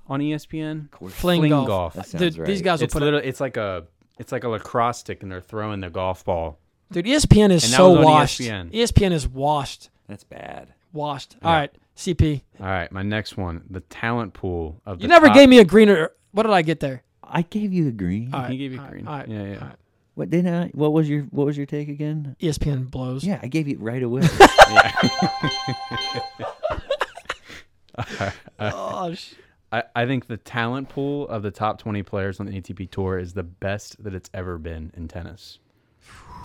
Speaker 2: on
Speaker 1: E
Speaker 2: ESPN.
Speaker 1: fling,
Speaker 2: Fling
Speaker 1: golf.
Speaker 2: golf.
Speaker 3: That
Speaker 1: Dude,
Speaker 3: sounds right.
Speaker 1: these guys will
Speaker 2: It's
Speaker 1: put it.
Speaker 2: little. It's like a. It's like a lacrosse stick, and they're throwing the golf ball.
Speaker 1: Dude, E ESPN is
Speaker 2: And that was
Speaker 1: so
Speaker 2: on E
Speaker 1: washed. E ESPN.
Speaker 2: ESPN.
Speaker 1: is washed,
Speaker 3: That's bad.
Speaker 1: washed. All right, CP,
Speaker 2: All right, my next one, the talent pool of the.
Speaker 1: you never
Speaker 2: top-
Speaker 1: gave me a greener. What did I get there?
Speaker 3: I gave you a green.
Speaker 1: All right,
Speaker 2: gave you
Speaker 1: all right,
Speaker 2: green.
Speaker 1: all right,
Speaker 2: Yeah, yeah.
Speaker 1: all right. E
Speaker 3: What didn't I? What was your What was your take again?
Speaker 1: ESPN blows.
Speaker 3: Yeah, I gave you it right away.
Speaker 1: Oh, sh-
Speaker 2: I, I think the talent pool of the top twenty players on the ATP tour is the best that it's ever been in tennis,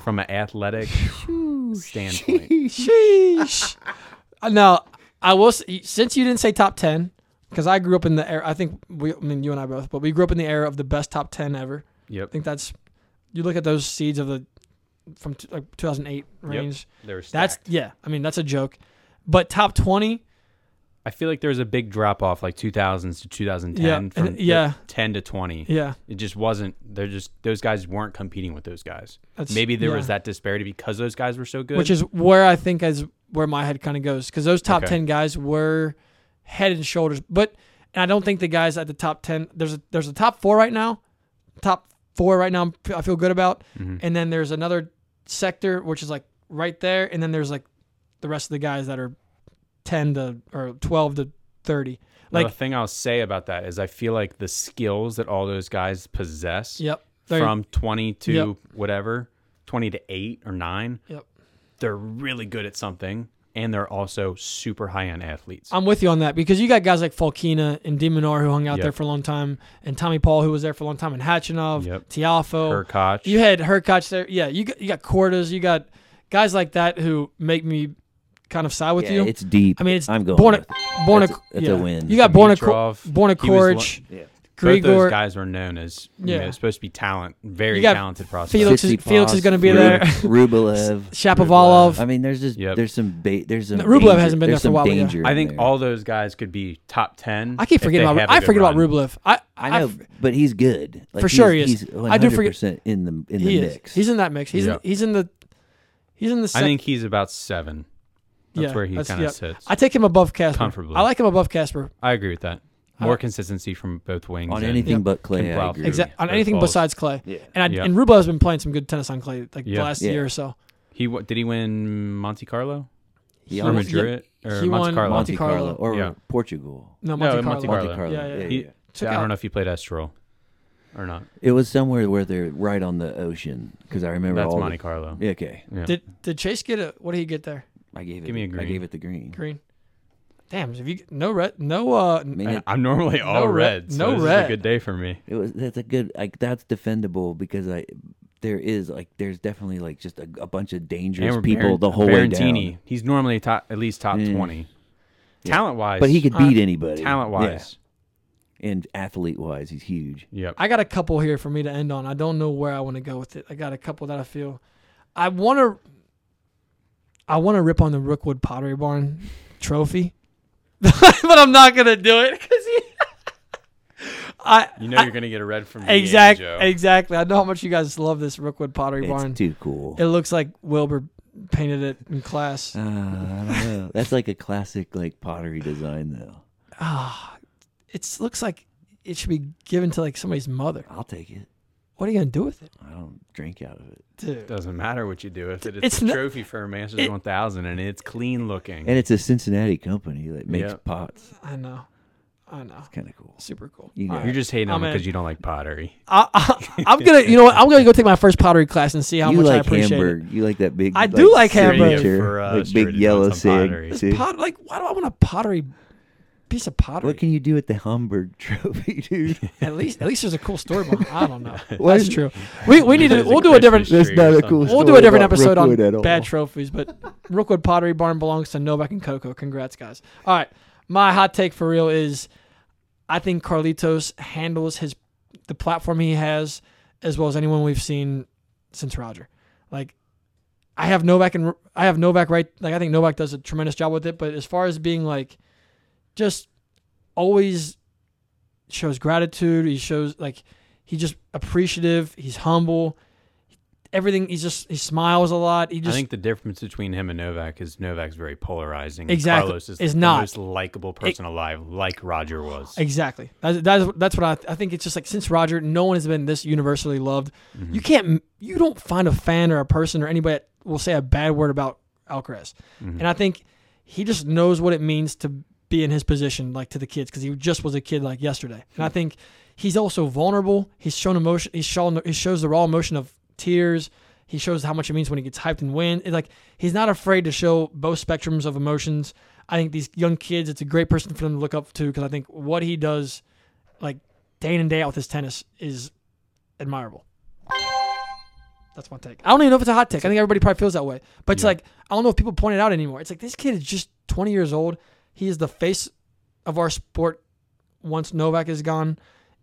Speaker 2: from an athletic standpoint.
Speaker 1: sheesh. Uh, now, I will. s- Since you didn't say top ten, because I grew up in the era. I think we. I mean, you and I both, but we grew up in the era of the best top ten ever. I
Speaker 2: Yep,
Speaker 1: think that's you look at those seeds of the from t- like 2008 range.
Speaker 2: they're
Speaker 1: That's
Speaker 2: stacked.
Speaker 1: yeah. I mean, that's a joke. But top 20,
Speaker 2: I feel like there was a big drop off, like 2000s to 2010,
Speaker 1: Yeah, and-
Speaker 2: from
Speaker 1: yeah.
Speaker 2: the 10 to 20.
Speaker 1: yeah.
Speaker 2: It just wasn't. They're just those guys weren't competing with those guys.
Speaker 1: That's,
Speaker 2: Maybe there
Speaker 1: yeah.
Speaker 2: was that disparity because those guys were so good.
Speaker 1: which is where I think is where my head kind of goes because those top
Speaker 2: Okay.
Speaker 1: 10 guys were head and shoulders. But and I don't think the guys at the top 10 there's a, there's a top four right now, top four right now. I'm- I feel good about,
Speaker 2: Mhm.
Speaker 1: and then there's another sector which is like right there, and then there's like the rest of the guys that are 10 to or 12 to thirty.
Speaker 2: Like,
Speaker 1: Like,
Speaker 2: the thing I'll say about that is I feel like the skills that all those guys possess
Speaker 1: yep, there-
Speaker 2: from 20 to
Speaker 1: Yep.
Speaker 2: whatever, 20 to 8 or 9,
Speaker 1: yep.
Speaker 2: they're really good at something and they're also super high end athletes.
Speaker 1: I'm with you on that because you got guys like Falkina and Diminar who hung out
Speaker 2: Yep.
Speaker 1: there for a long time, and Tommy Paul who was there for a long time, and Hatchinov,
Speaker 2: Yep.
Speaker 1: Tiafo,
Speaker 2: Her coach.
Speaker 1: You had Herkoch there. Yeah, you got, you got Cordas. You got guys like that who make me kind of side with
Speaker 3: yeah,
Speaker 1: you.
Speaker 3: it's deep.
Speaker 1: I mean, it's
Speaker 3: I'm going.
Speaker 1: Born,
Speaker 3: with it.
Speaker 1: Born,
Speaker 3: That's a- that's a win.
Speaker 1: You got Born,
Speaker 2: Dimitrov,
Speaker 1: Born,
Speaker 2: he was
Speaker 1: Koric,
Speaker 3: Yeah.
Speaker 2: Both those
Speaker 1: Grigor.
Speaker 2: guys were known as you
Speaker 1: Yeah.
Speaker 2: know, supposed to be talent, very
Speaker 1: You got
Speaker 2: talented prospects.
Speaker 1: Felix is,
Speaker 3: Tsitsipas,
Speaker 1: Felix is going to be
Speaker 2: Rublev.
Speaker 1: there.
Speaker 3: Rublev. I
Speaker 1: Shapovalov.
Speaker 3: mean, there's just
Speaker 2: Yep.
Speaker 3: there's some bait. There's some.
Speaker 1: No, Rublev
Speaker 3: danger-
Speaker 1: hasn't been
Speaker 3: there's
Speaker 1: there for a
Speaker 3: some
Speaker 1: while, but yeah.
Speaker 3: danger
Speaker 2: I
Speaker 3: in
Speaker 2: think
Speaker 3: there.
Speaker 2: all those guys could be top 10.
Speaker 1: I keep
Speaker 2: if
Speaker 1: forgetting
Speaker 2: they
Speaker 1: about.
Speaker 2: have a
Speaker 1: I
Speaker 2: good
Speaker 1: forget about
Speaker 2: run.
Speaker 1: Rublev. I
Speaker 3: I know, but he's good. Like,
Speaker 1: For sure
Speaker 3: he's,
Speaker 1: he is.
Speaker 3: He's
Speaker 1: I do forget-
Speaker 3: 100% in the in the
Speaker 1: he is.
Speaker 3: mix.
Speaker 1: He's in that mix. He's
Speaker 2: Yeah.
Speaker 1: in, he's in the he's in the.
Speaker 2: I
Speaker 1: Sec-
Speaker 2: think he's about seven. That's
Speaker 1: yeah,
Speaker 2: where he
Speaker 1: that's-
Speaker 2: kind of
Speaker 1: yeah.
Speaker 2: sits.
Speaker 1: I take him above Casper.
Speaker 2: Comfortably.
Speaker 1: I like him above Casper.
Speaker 2: I agree with that. More
Speaker 1: I-
Speaker 2: consistency from both wings.
Speaker 3: on
Speaker 2: and-
Speaker 3: anything
Speaker 1: Yep.
Speaker 3: but Clay.
Speaker 2: Can
Speaker 3: I
Speaker 2: plow
Speaker 3: agree.
Speaker 2: through.
Speaker 1: Exactly. On
Speaker 2: Those
Speaker 1: anything
Speaker 2: balls.
Speaker 1: besides Clay.
Speaker 3: Yeah.
Speaker 1: And I,
Speaker 2: Yeah.
Speaker 1: and Rublev's been playing some good tennis on clay like
Speaker 2: Yeah.
Speaker 1: the last
Speaker 3: Yeah.
Speaker 1: year or so.
Speaker 2: He wa- did he win Monte Carlo
Speaker 3: He
Speaker 1: Or
Speaker 2: or
Speaker 3: almost-
Speaker 1: Madrid?
Speaker 2: Madrid or
Speaker 1: he
Speaker 2: Monte
Speaker 1: won
Speaker 2: Carlo?
Speaker 1: Monte
Speaker 3: Monte
Speaker 1: Carlo.
Speaker 3: Carlo, or
Speaker 2: Yeah.
Speaker 3: Portugal.
Speaker 1: No,
Speaker 2: No,
Speaker 1: Monte
Speaker 2: in
Speaker 1: Carlo.
Speaker 2: Monte
Speaker 3: Monte
Speaker 2: Carlo.
Speaker 3: Carlo.
Speaker 1: Yeah, yeah.
Speaker 3: yeah,
Speaker 2: He-
Speaker 3: yeah.
Speaker 1: Took
Speaker 2: I
Speaker 1: out-
Speaker 2: don't know if he played Estoril or not.
Speaker 3: It was somewhere where they're right on the ocean because I remember
Speaker 2: That's
Speaker 3: all.
Speaker 2: Monte Carlo.
Speaker 3: The, yeah, okay,
Speaker 2: Yeah.
Speaker 1: Did did Chase get a? What did he get there?
Speaker 3: I gave it.
Speaker 2: Give me a
Speaker 3: I
Speaker 2: green.
Speaker 3: gave it the green.
Speaker 1: Green. Damn. If you no red, no uh,
Speaker 3: I mean,
Speaker 2: I-
Speaker 3: it,
Speaker 2: I'm normally all
Speaker 1: re-
Speaker 2: red. So
Speaker 1: no
Speaker 2: this is a
Speaker 1: red.
Speaker 2: good day for me.
Speaker 3: it was that's a good like that's defendable because I there is like there's definitely like just a, a bunch of dangerous
Speaker 2: we're
Speaker 3: people
Speaker 2: Barant-
Speaker 3: the whole way
Speaker 2: Barantini.
Speaker 3: down.
Speaker 2: He's normally top, at least top
Speaker 3: Yeah.
Speaker 2: twenty, talent wise.
Speaker 3: But he could
Speaker 1: Uh,
Speaker 3: beat anybody.
Speaker 2: talent wise.
Speaker 3: Yeah. and athlete wise, he's huge.
Speaker 2: Yep.
Speaker 1: I got a couple here for me to end on. I don't know where I want to go with it. I got a couple that I feel I want to. I want to rip on the Rookwood Pottery Barn trophy, but I'm not gonna do it because I
Speaker 2: you know you're gonna get a red from me,
Speaker 1: exactly
Speaker 2: Joe.
Speaker 1: exactly. I know how much you guys love this Rookwood Pottery Barn.
Speaker 3: It's too cool.
Speaker 1: it looks like Wilbur painted it in class.
Speaker 3: Uh, I don't know. That's like a classic like pottery design though.
Speaker 1: Ah, it looks like it should be given to like somebody's mother.
Speaker 3: I'll take it.
Speaker 1: What are you gonna do with it,
Speaker 3: I don't drink out of it.
Speaker 1: dude?
Speaker 2: Doesn't matter what you do if it is
Speaker 1: It's
Speaker 2: a
Speaker 1: not-
Speaker 2: trophy for a Masters
Speaker 1: it-
Speaker 2: 1000 and it's clean looking.
Speaker 3: And it's a Cincinnati company that makes
Speaker 2: Yeah.
Speaker 3: pots.
Speaker 1: I know, I know.
Speaker 3: Kind of cool.
Speaker 1: Super cool.
Speaker 3: You know.
Speaker 2: You're just hating on
Speaker 1: I'm
Speaker 2: it
Speaker 1: in.
Speaker 2: because you don't like pottery.
Speaker 1: I, I, I'm gonna, you know what? I'm gonna go take my first pottery class and see how
Speaker 3: you
Speaker 1: much I
Speaker 3: like
Speaker 1: appreciate
Speaker 3: Hamburg. You like that big.
Speaker 1: I do like
Speaker 3: signature,
Speaker 1: Hamburg.
Speaker 2: For, uh,
Speaker 3: like
Speaker 2: sure to
Speaker 3: big
Speaker 2: do
Speaker 3: yellow
Speaker 2: some pottery.
Speaker 1: it.
Speaker 3: sig. See?
Speaker 1: Pot, like, why do I want a pottery piece of pottery?
Speaker 3: What can you do with the Hamburg Trophy, dude?
Speaker 1: at least, at least there's a cool story behind. it. I don't know.
Speaker 3: Why
Speaker 1: That's
Speaker 3: is-
Speaker 1: true. We we need to.
Speaker 2: There's a
Speaker 1: We'll do a different.
Speaker 2: Christmas
Speaker 3: That's
Speaker 2: tree
Speaker 3: not
Speaker 2: or
Speaker 3: a cool
Speaker 2: something.
Speaker 1: We'll do a different
Speaker 3: about
Speaker 1: episode
Speaker 3: Rookwood at
Speaker 1: on
Speaker 3: all.
Speaker 1: bad trophies, but Rookwood Pottery Barn belongs to Novak and Coco. Congrats, guys. All right, my hot take for real is, I think Carlitos handles his the platform he has as well as anyone we've seen since Roger. Like, I have Novak and I have Novak right. Like, I think Novak does a tremendous job with it. But as far as being like, just always shows gratitude. He shows like he's just appreciative. He's humble. Everything. He's just he smiles a lot. He
Speaker 2: I
Speaker 1: just
Speaker 2: think the difference between him and Novak is Novak's very polarizing. and
Speaker 1: Exactly.
Speaker 2: Carlos is
Speaker 1: Is
Speaker 2: the
Speaker 1: not.
Speaker 2: most likable person alive, like Roger was.
Speaker 1: Exactly. That's that's, that's what I, I think. It's just like since Roger, no one has been this universally loved.
Speaker 2: Mm-hmm.
Speaker 1: You can't, you don't find a fan or a person or anybody that will say a bad word about Alcaraz.
Speaker 2: Mm-hmm.
Speaker 1: And I think he just knows what it means to be in his position, like to the kids, because he just was a kid like yesterday. And I think he's also vulnerable. He's shown emotion. He's shown. He shows the raw emotion of tears. He shows how much it means when he gets hyped and wins. It's like he's not afraid to show both spectrums of emotions. I think these young kids, it's a great person for them to look up to because I think what he does, like day in and day out with his tennis, is admirable. That's my take. I don't even know if it's a hot take. I think everybody probably feels that way. But it's
Speaker 2: Yeah.
Speaker 1: like I don't know if people point it out anymore. It's like this kid is just 20 years old. He is the face of our sport once Novak is gone,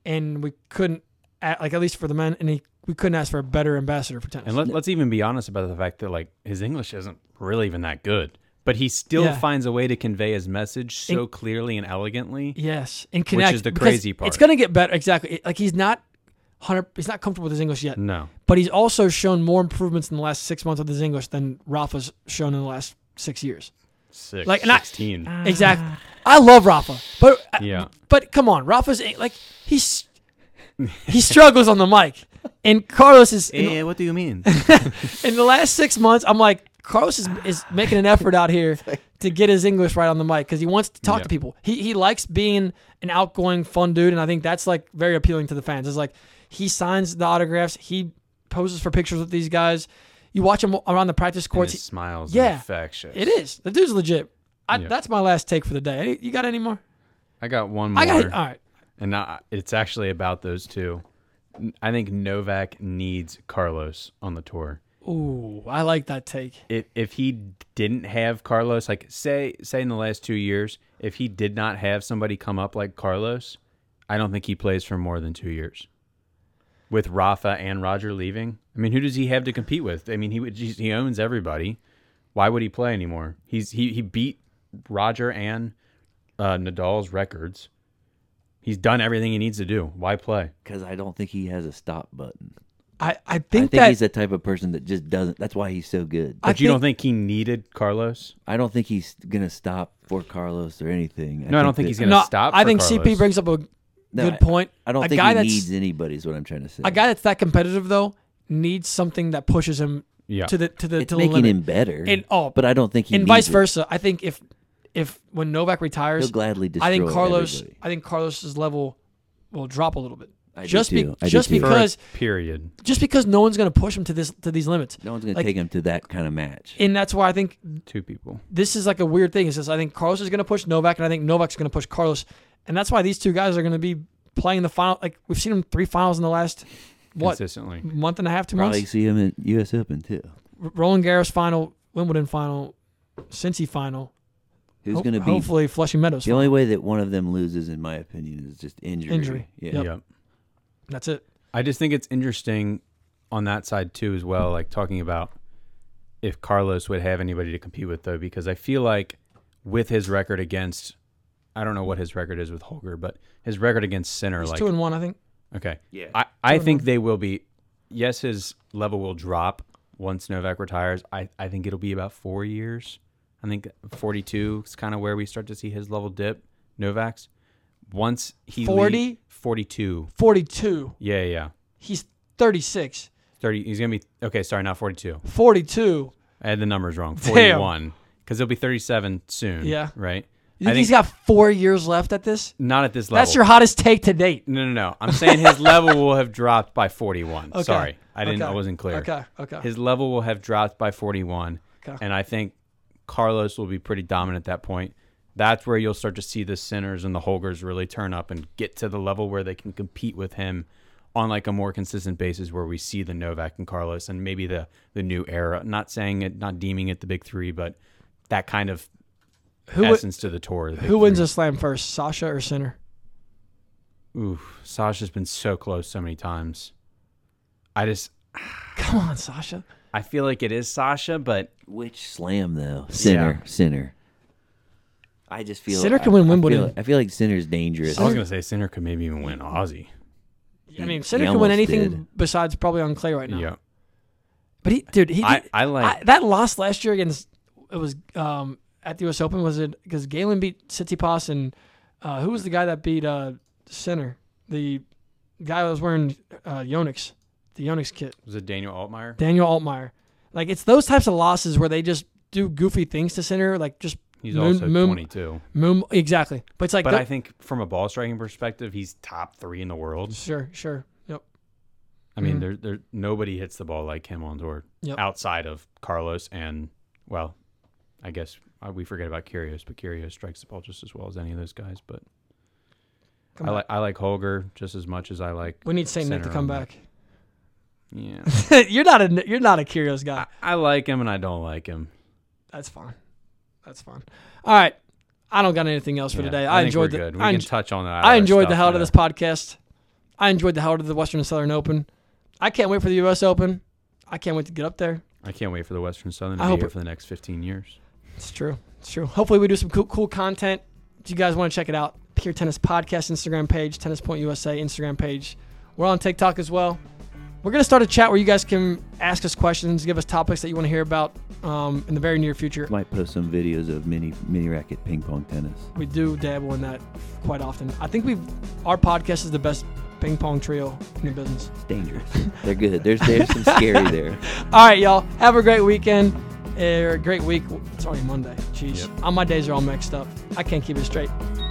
Speaker 1: and we couldn't at, like at least for the men, and he, we couldn't ask for a better ambassador for tennis.
Speaker 2: And let, let's even be honest about the fact that like his English isn't really even that good, but he still
Speaker 1: Yeah.
Speaker 2: finds a way to convey his message so
Speaker 1: And-
Speaker 2: clearly and elegantly.
Speaker 1: Yes, and connect.
Speaker 2: is the
Speaker 1: because
Speaker 2: crazy part.
Speaker 1: It's gonna get better. Exactly. It- like he's not hundred. He's not comfortable with his English yet,
Speaker 2: No,
Speaker 1: but he's also shown more improvements in the last six months with his English than Rafa's shown in the last six years.
Speaker 2: six,
Speaker 1: Like, and I- Uh,
Speaker 2: 16.
Speaker 1: Exactly. I love Rafa, but
Speaker 2: Yeah.
Speaker 1: But come on, Rafa's like he's he struggles on the mic, and Carlos is in,
Speaker 2: what do you mean?
Speaker 1: in the last six months. I'm like Carlos is, is making an effort out here to get his English right on the mic because he wants to talk
Speaker 2: Yeah.
Speaker 1: to people. He he likes being an outgoing, fun dude, and I think that's like very appealing to the fans. It's like he signs the autographs, he poses for pictures with these guys. You watch him around the practice
Speaker 2: And
Speaker 1: courts.
Speaker 2: his smiles
Speaker 1: yeah.
Speaker 2: infectious.
Speaker 1: It is the dude's legit. I,
Speaker 2: Yeah.
Speaker 1: That's my last take for the day. Any- You got any more?
Speaker 2: I got one more.
Speaker 1: I got uh, all right.
Speaker 2: and I, it's actually about those two. N- I think Novak needs Carlos on the tour.
Speaker 1: Ooh, I like that take.
Speaker 2: If if he didn't have Carlos, like say say in the last two years, if he did not have somebody come up like Carlos, I don't think he plays for more than two years. With Rafa and Roger leaving, I mean, who does he have to compete with? I mean, he would- he's- he owns everybody. Why would he play anymore? He's he he beat Roger and uh, Nadal's records. He's done everything he needs to do. Why play?
Speaker 3: because I don't think he has a stop button.
Speaker 1: I I think,
Speaker 3: I think
Speaker 1: that
Speaker 3: he's the type of person that just doesn't. That's why he's so good.
Speaker 1: I
Speaker 2: But you don't think he needed Carlos?
Speaker 3: I don't think he's gonna stop for Carlos or anything.
Speaker 2: No, I don't think he's gonna
Speaker 1: no.
Speaker 2: stop.
Speaker 1: I
Speaker 2: for
Speaker 1: think CP
Speaker 2: Carlos.
Speaker 1: brings up a
Speaker 3: No,
Speaker 1: good
Speaker 3: I-
Speaker 1: point.
Speaker 3: I don't
Speaker 1: a
Speaker 3: think
Speaker 1: guy
Speaker 3: he
Speaker 1: that's,
Speaker 3: needs anybody. Is what I'm trying to say.
Speaker 1: a guy that's that competitive though needs something that pushes him
Speaker 2: Yeah.
Speaker 1: to the to the
Speaker 3: it's
Speaker 1: to
Speaker 3: making
Speaker 1: the limit.
Speaker 3: him better.
Speaker 1: And- oh,
Speaker 3: but I don't think he
Speaker 1: and
Speaker 3: needs
Speaker 1: vice
Speaker 3: it.
Speaker 1: versa. I think if if when Novak
Speaker 3: He'll
Speaker 1: retires,
Speaker 3: gladly destroy
Speaker 1: I think Carlos
Speaker 3: everybody.
Speaker 1: I think Carlos's level will drop a little bit.
Speaker 3: I do
Speaker 1: just
Speaker 3: too.
Speaker 1: Be,
Speaker 3: I do
Speaker 1: just
Speaker 3: too.
Speaker 2: For a
Speaker 1: because
Speaker 2: period.
Speaker 1: just because no one's going to push him to this to these limits.
Speaker 3: No one's gonna
Speaker 1: like-
Speaker 3: take him to that kind of match.
Speaker 1: And that's why I think
Speaker 2: Two people.
Speaker 1: this is like a weird thing. Is just I think Carlos is going to push Novak, and I think Novak's going to push Carlos, and that's why these two guys are going to be playing the final. Like we've seen them three finals in the last what
Speaker 2: Consistently.
Speaker 1: month and a half, two
Speaker 3: Probably
Speaker 1: months.
Speaker 3: see him at U.S. Open too.
Speaker 1: R- Roland Garros final, Wimbledon final, Cincy final.
Speaker 3: Who's
Speaker 1: Ho-
Speaker 3: going to be
Speaker 1: hopefully Flushing Meadows?
Speaker 3: the
Speaker 1: final.
Speaker 3: only way that one of them loses, in my opinion, is just injury.
Speaker 1: Injury.
Speaker 3: Yeah.
Speaker 1: Yep.
Speaker 2: Yep.
Speaker 1: That's it.
Speaker 2: I just think it's interesting on that side too, as well. Like talking about if Carlos would have anybody to compete with, though, because I feel like with his record against, I don't know what his record is with Holger, but his record against Sinner,
Speaker 1: It's
Speaker 2: like
Speaker 1: two and one, I think.
Speaker 2: okay,
Speaker 3: Yeah.
Speaker 2: I I think they will be. Yes, his level will drop once Novak retires. I I think it'll be about four years. I think 42 is kind of where we start to see his level dip. Novak's once he lea-
Speaker 1: 40?
Speaker 2: 42.
Speaker 1: Forty-two.
Speaker 2: Yeah, yeah.
Speaker 1: He's thirty-six.
Speaker 2: 30 he's gonna be okay sorry not 42
Speaker 1: Forty-two.
Speaker 2: i had the numbers wrong
Speaker 1: Damn.
Speaker 2: 41 because he'll be 37 soon
Speaker 1: Yeah.
Speaker 2: right
Speaker 1: You think,
Speaker 2: I
Speaker 1: he's got
Speaker 2: think-
Speaker 1: four years left at this?
Speaker 2: not at this level
Speaker 1: That's your hottest take to date.
Speaker 2: no no no i'm saying his level will have dropped by 41
Speaker 1: Okay.
Speaker 2: sorry i didn't
Speaker 1: Okay.
Speaker 2: i wasn't clear
Speaker 1: Okay. Okay.
Speaker 2: his level will have dropped by 41
Speaker 1: Okay.
Speaker 2: and i think carlos will be pretty dominant at that point that's where you'll start to see the sinners and the holgers really turn up and get to the level where they can compete with him on like a more consistent basis where we see the novak and carlos and maybe the the new era not saying it not deeming it the big three but that kind of
Speaker 1: who wi-
Speaker 2: essence to the tour the big
Speaker 1: who wins
Speaker 2: three.
Speaker 1: a slam first, Sasha or Sinner?
Speaker 2: Oof, sasha's been so close so many times i just
Speaker 1: Come on, Sasha.
Speaker 2: i feel like it is sasha but
Speaker 3: Which slam though? Sinner. Sinner. I just feel
Speaker 1: Sinner can
Speaker 3: I-
Speaker 1: win
Speaker 3: I feel- I
Speaker 1: Wimbledon.
Speaker 3: feel, like Sinner's dangerous.
Speaker 2: i was gonna say sinner could maybe even win aussie
Speaker 1: I
Speaker 3: He-
Speaker 1: mean,
Speaker 3: he
Speaker 1: Sinner can win
Speaker 3: almost
Speaker 1: anything
Speaker 3: did.
Speaker 1: besides probably on clay right now.
Speaker 2: yeah
Speaker 1: But he, dude, he.
Speaker 2: I, I like
Speaker 1: I- that loss last year against it was um, at the U.S. Open was it because Galen beat Tsitsipas and uh, who was the guy that beat uh, Sinner? The guy that was wearing uh, Yonex, the Yonex kit,
Speaker 2: Was it Daniel Altmaier?
Speaker 1: Daniel Altmaier. Like it's those types of losses where they just do goofy things to Sinner, like just
Speaker 2: He's
Speaker 1: Moon-
Speaker 2: also
Speaker 1: Moon-
Speaker 2: 22.
Speaker 1: moon exactly. But it's like
Speaker 2: But
Speaker 1: the-
Speaker 2: I think from a ball striking perspective, he's top three in the world.
Speaker 1: sure, sure, yep.
Speaker 2: I mean,
Speaker 1: Mhm.
Speaker 2: there, there, nobody hits the ball like him on tour
Speaker 1: Yep.
Speaker 2: outside of Carlos and, well, I guess uh, we forget about Curios, but Curios strikes the ball just as well as any of those guys. But
Speaker 1: Come
Speaker 2: I,
Speaker 1: back.
Speaker 2: like I like Holger just as much as I like.
Speaker 1: we need Saint Nick to
Speaker 2: Sinner
Speaker 1: come
Speaker 2: on
Speaker 1: back.
Speaker 2: Yeah,
Speaker 1: you're not a you're not a curious guy.
Speaker 2: I, I like him and I don't like him.
Speaker 1: That's fine. That's fine. All right. I don't got anything else for
Speaker 2: Yeah,
Speaker 1: today. I,
Speaker 2: think we're
Speaker 1: enjoyed the
Speaker 2: good. We
Speaker 1: I,
Speaker 2: can
Speaker 1: en-
Speaker 2: touch on that.
Speaker 1: I
Speaker 2: other
Speaker 1: enjoyed the
Speaker 2: stuff
Speaker 1: hell out of
Speaker 2: in a-
Speaker 1: this podcast. I enjoyed the hell out of the Western and Southern Open. I can't wait for the U.S. Open. I can't wait to get up there.
Speaker 2: I can't wait for the Western Southern to
Speaker 1: I
Speaker 2: be
Speaker 1: hope
Speaker 2: here
Speaker 1: it-
Speaker 2: for the next 15 years.
Speaker 1: It's true. It's true. Hopefully, we do some cool, cool content. If you guys want to check it out, Pure Tennis Podcast Instagram page, Tennis Point USA Instagram page. We're on TikTok as well. We're going to start a chat where you guys can ask us questions, give us topics that you want to hear about um, in the very near future.
Speaker 3: Might post some videos of mini mini racket ping pong tennis.
Speaker 1: We do dabble in that quite often. I think we've our podcast is the best ping pong trio in the business.
Speaker 3: It's dangerous. They're good. There's there's some scary there.
Speaker 1: All right, y'all. Have a great weekend er, great week. It's already Monday. Jeez,
Speaker 2: Yep.
Speaker 1: all my days are all mixed up. I can't keep it straight,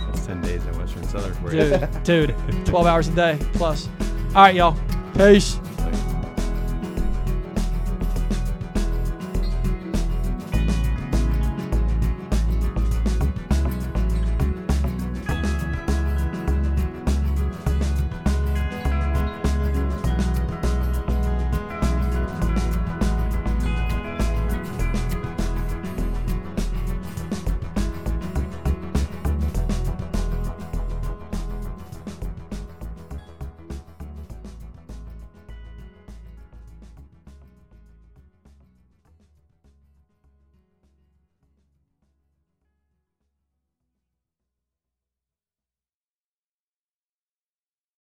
Speaker 2: That's 10 days at Western Southern for you.
Speaker 1: dude. dude, 12 hours a day plus. All right, y'all. Peace.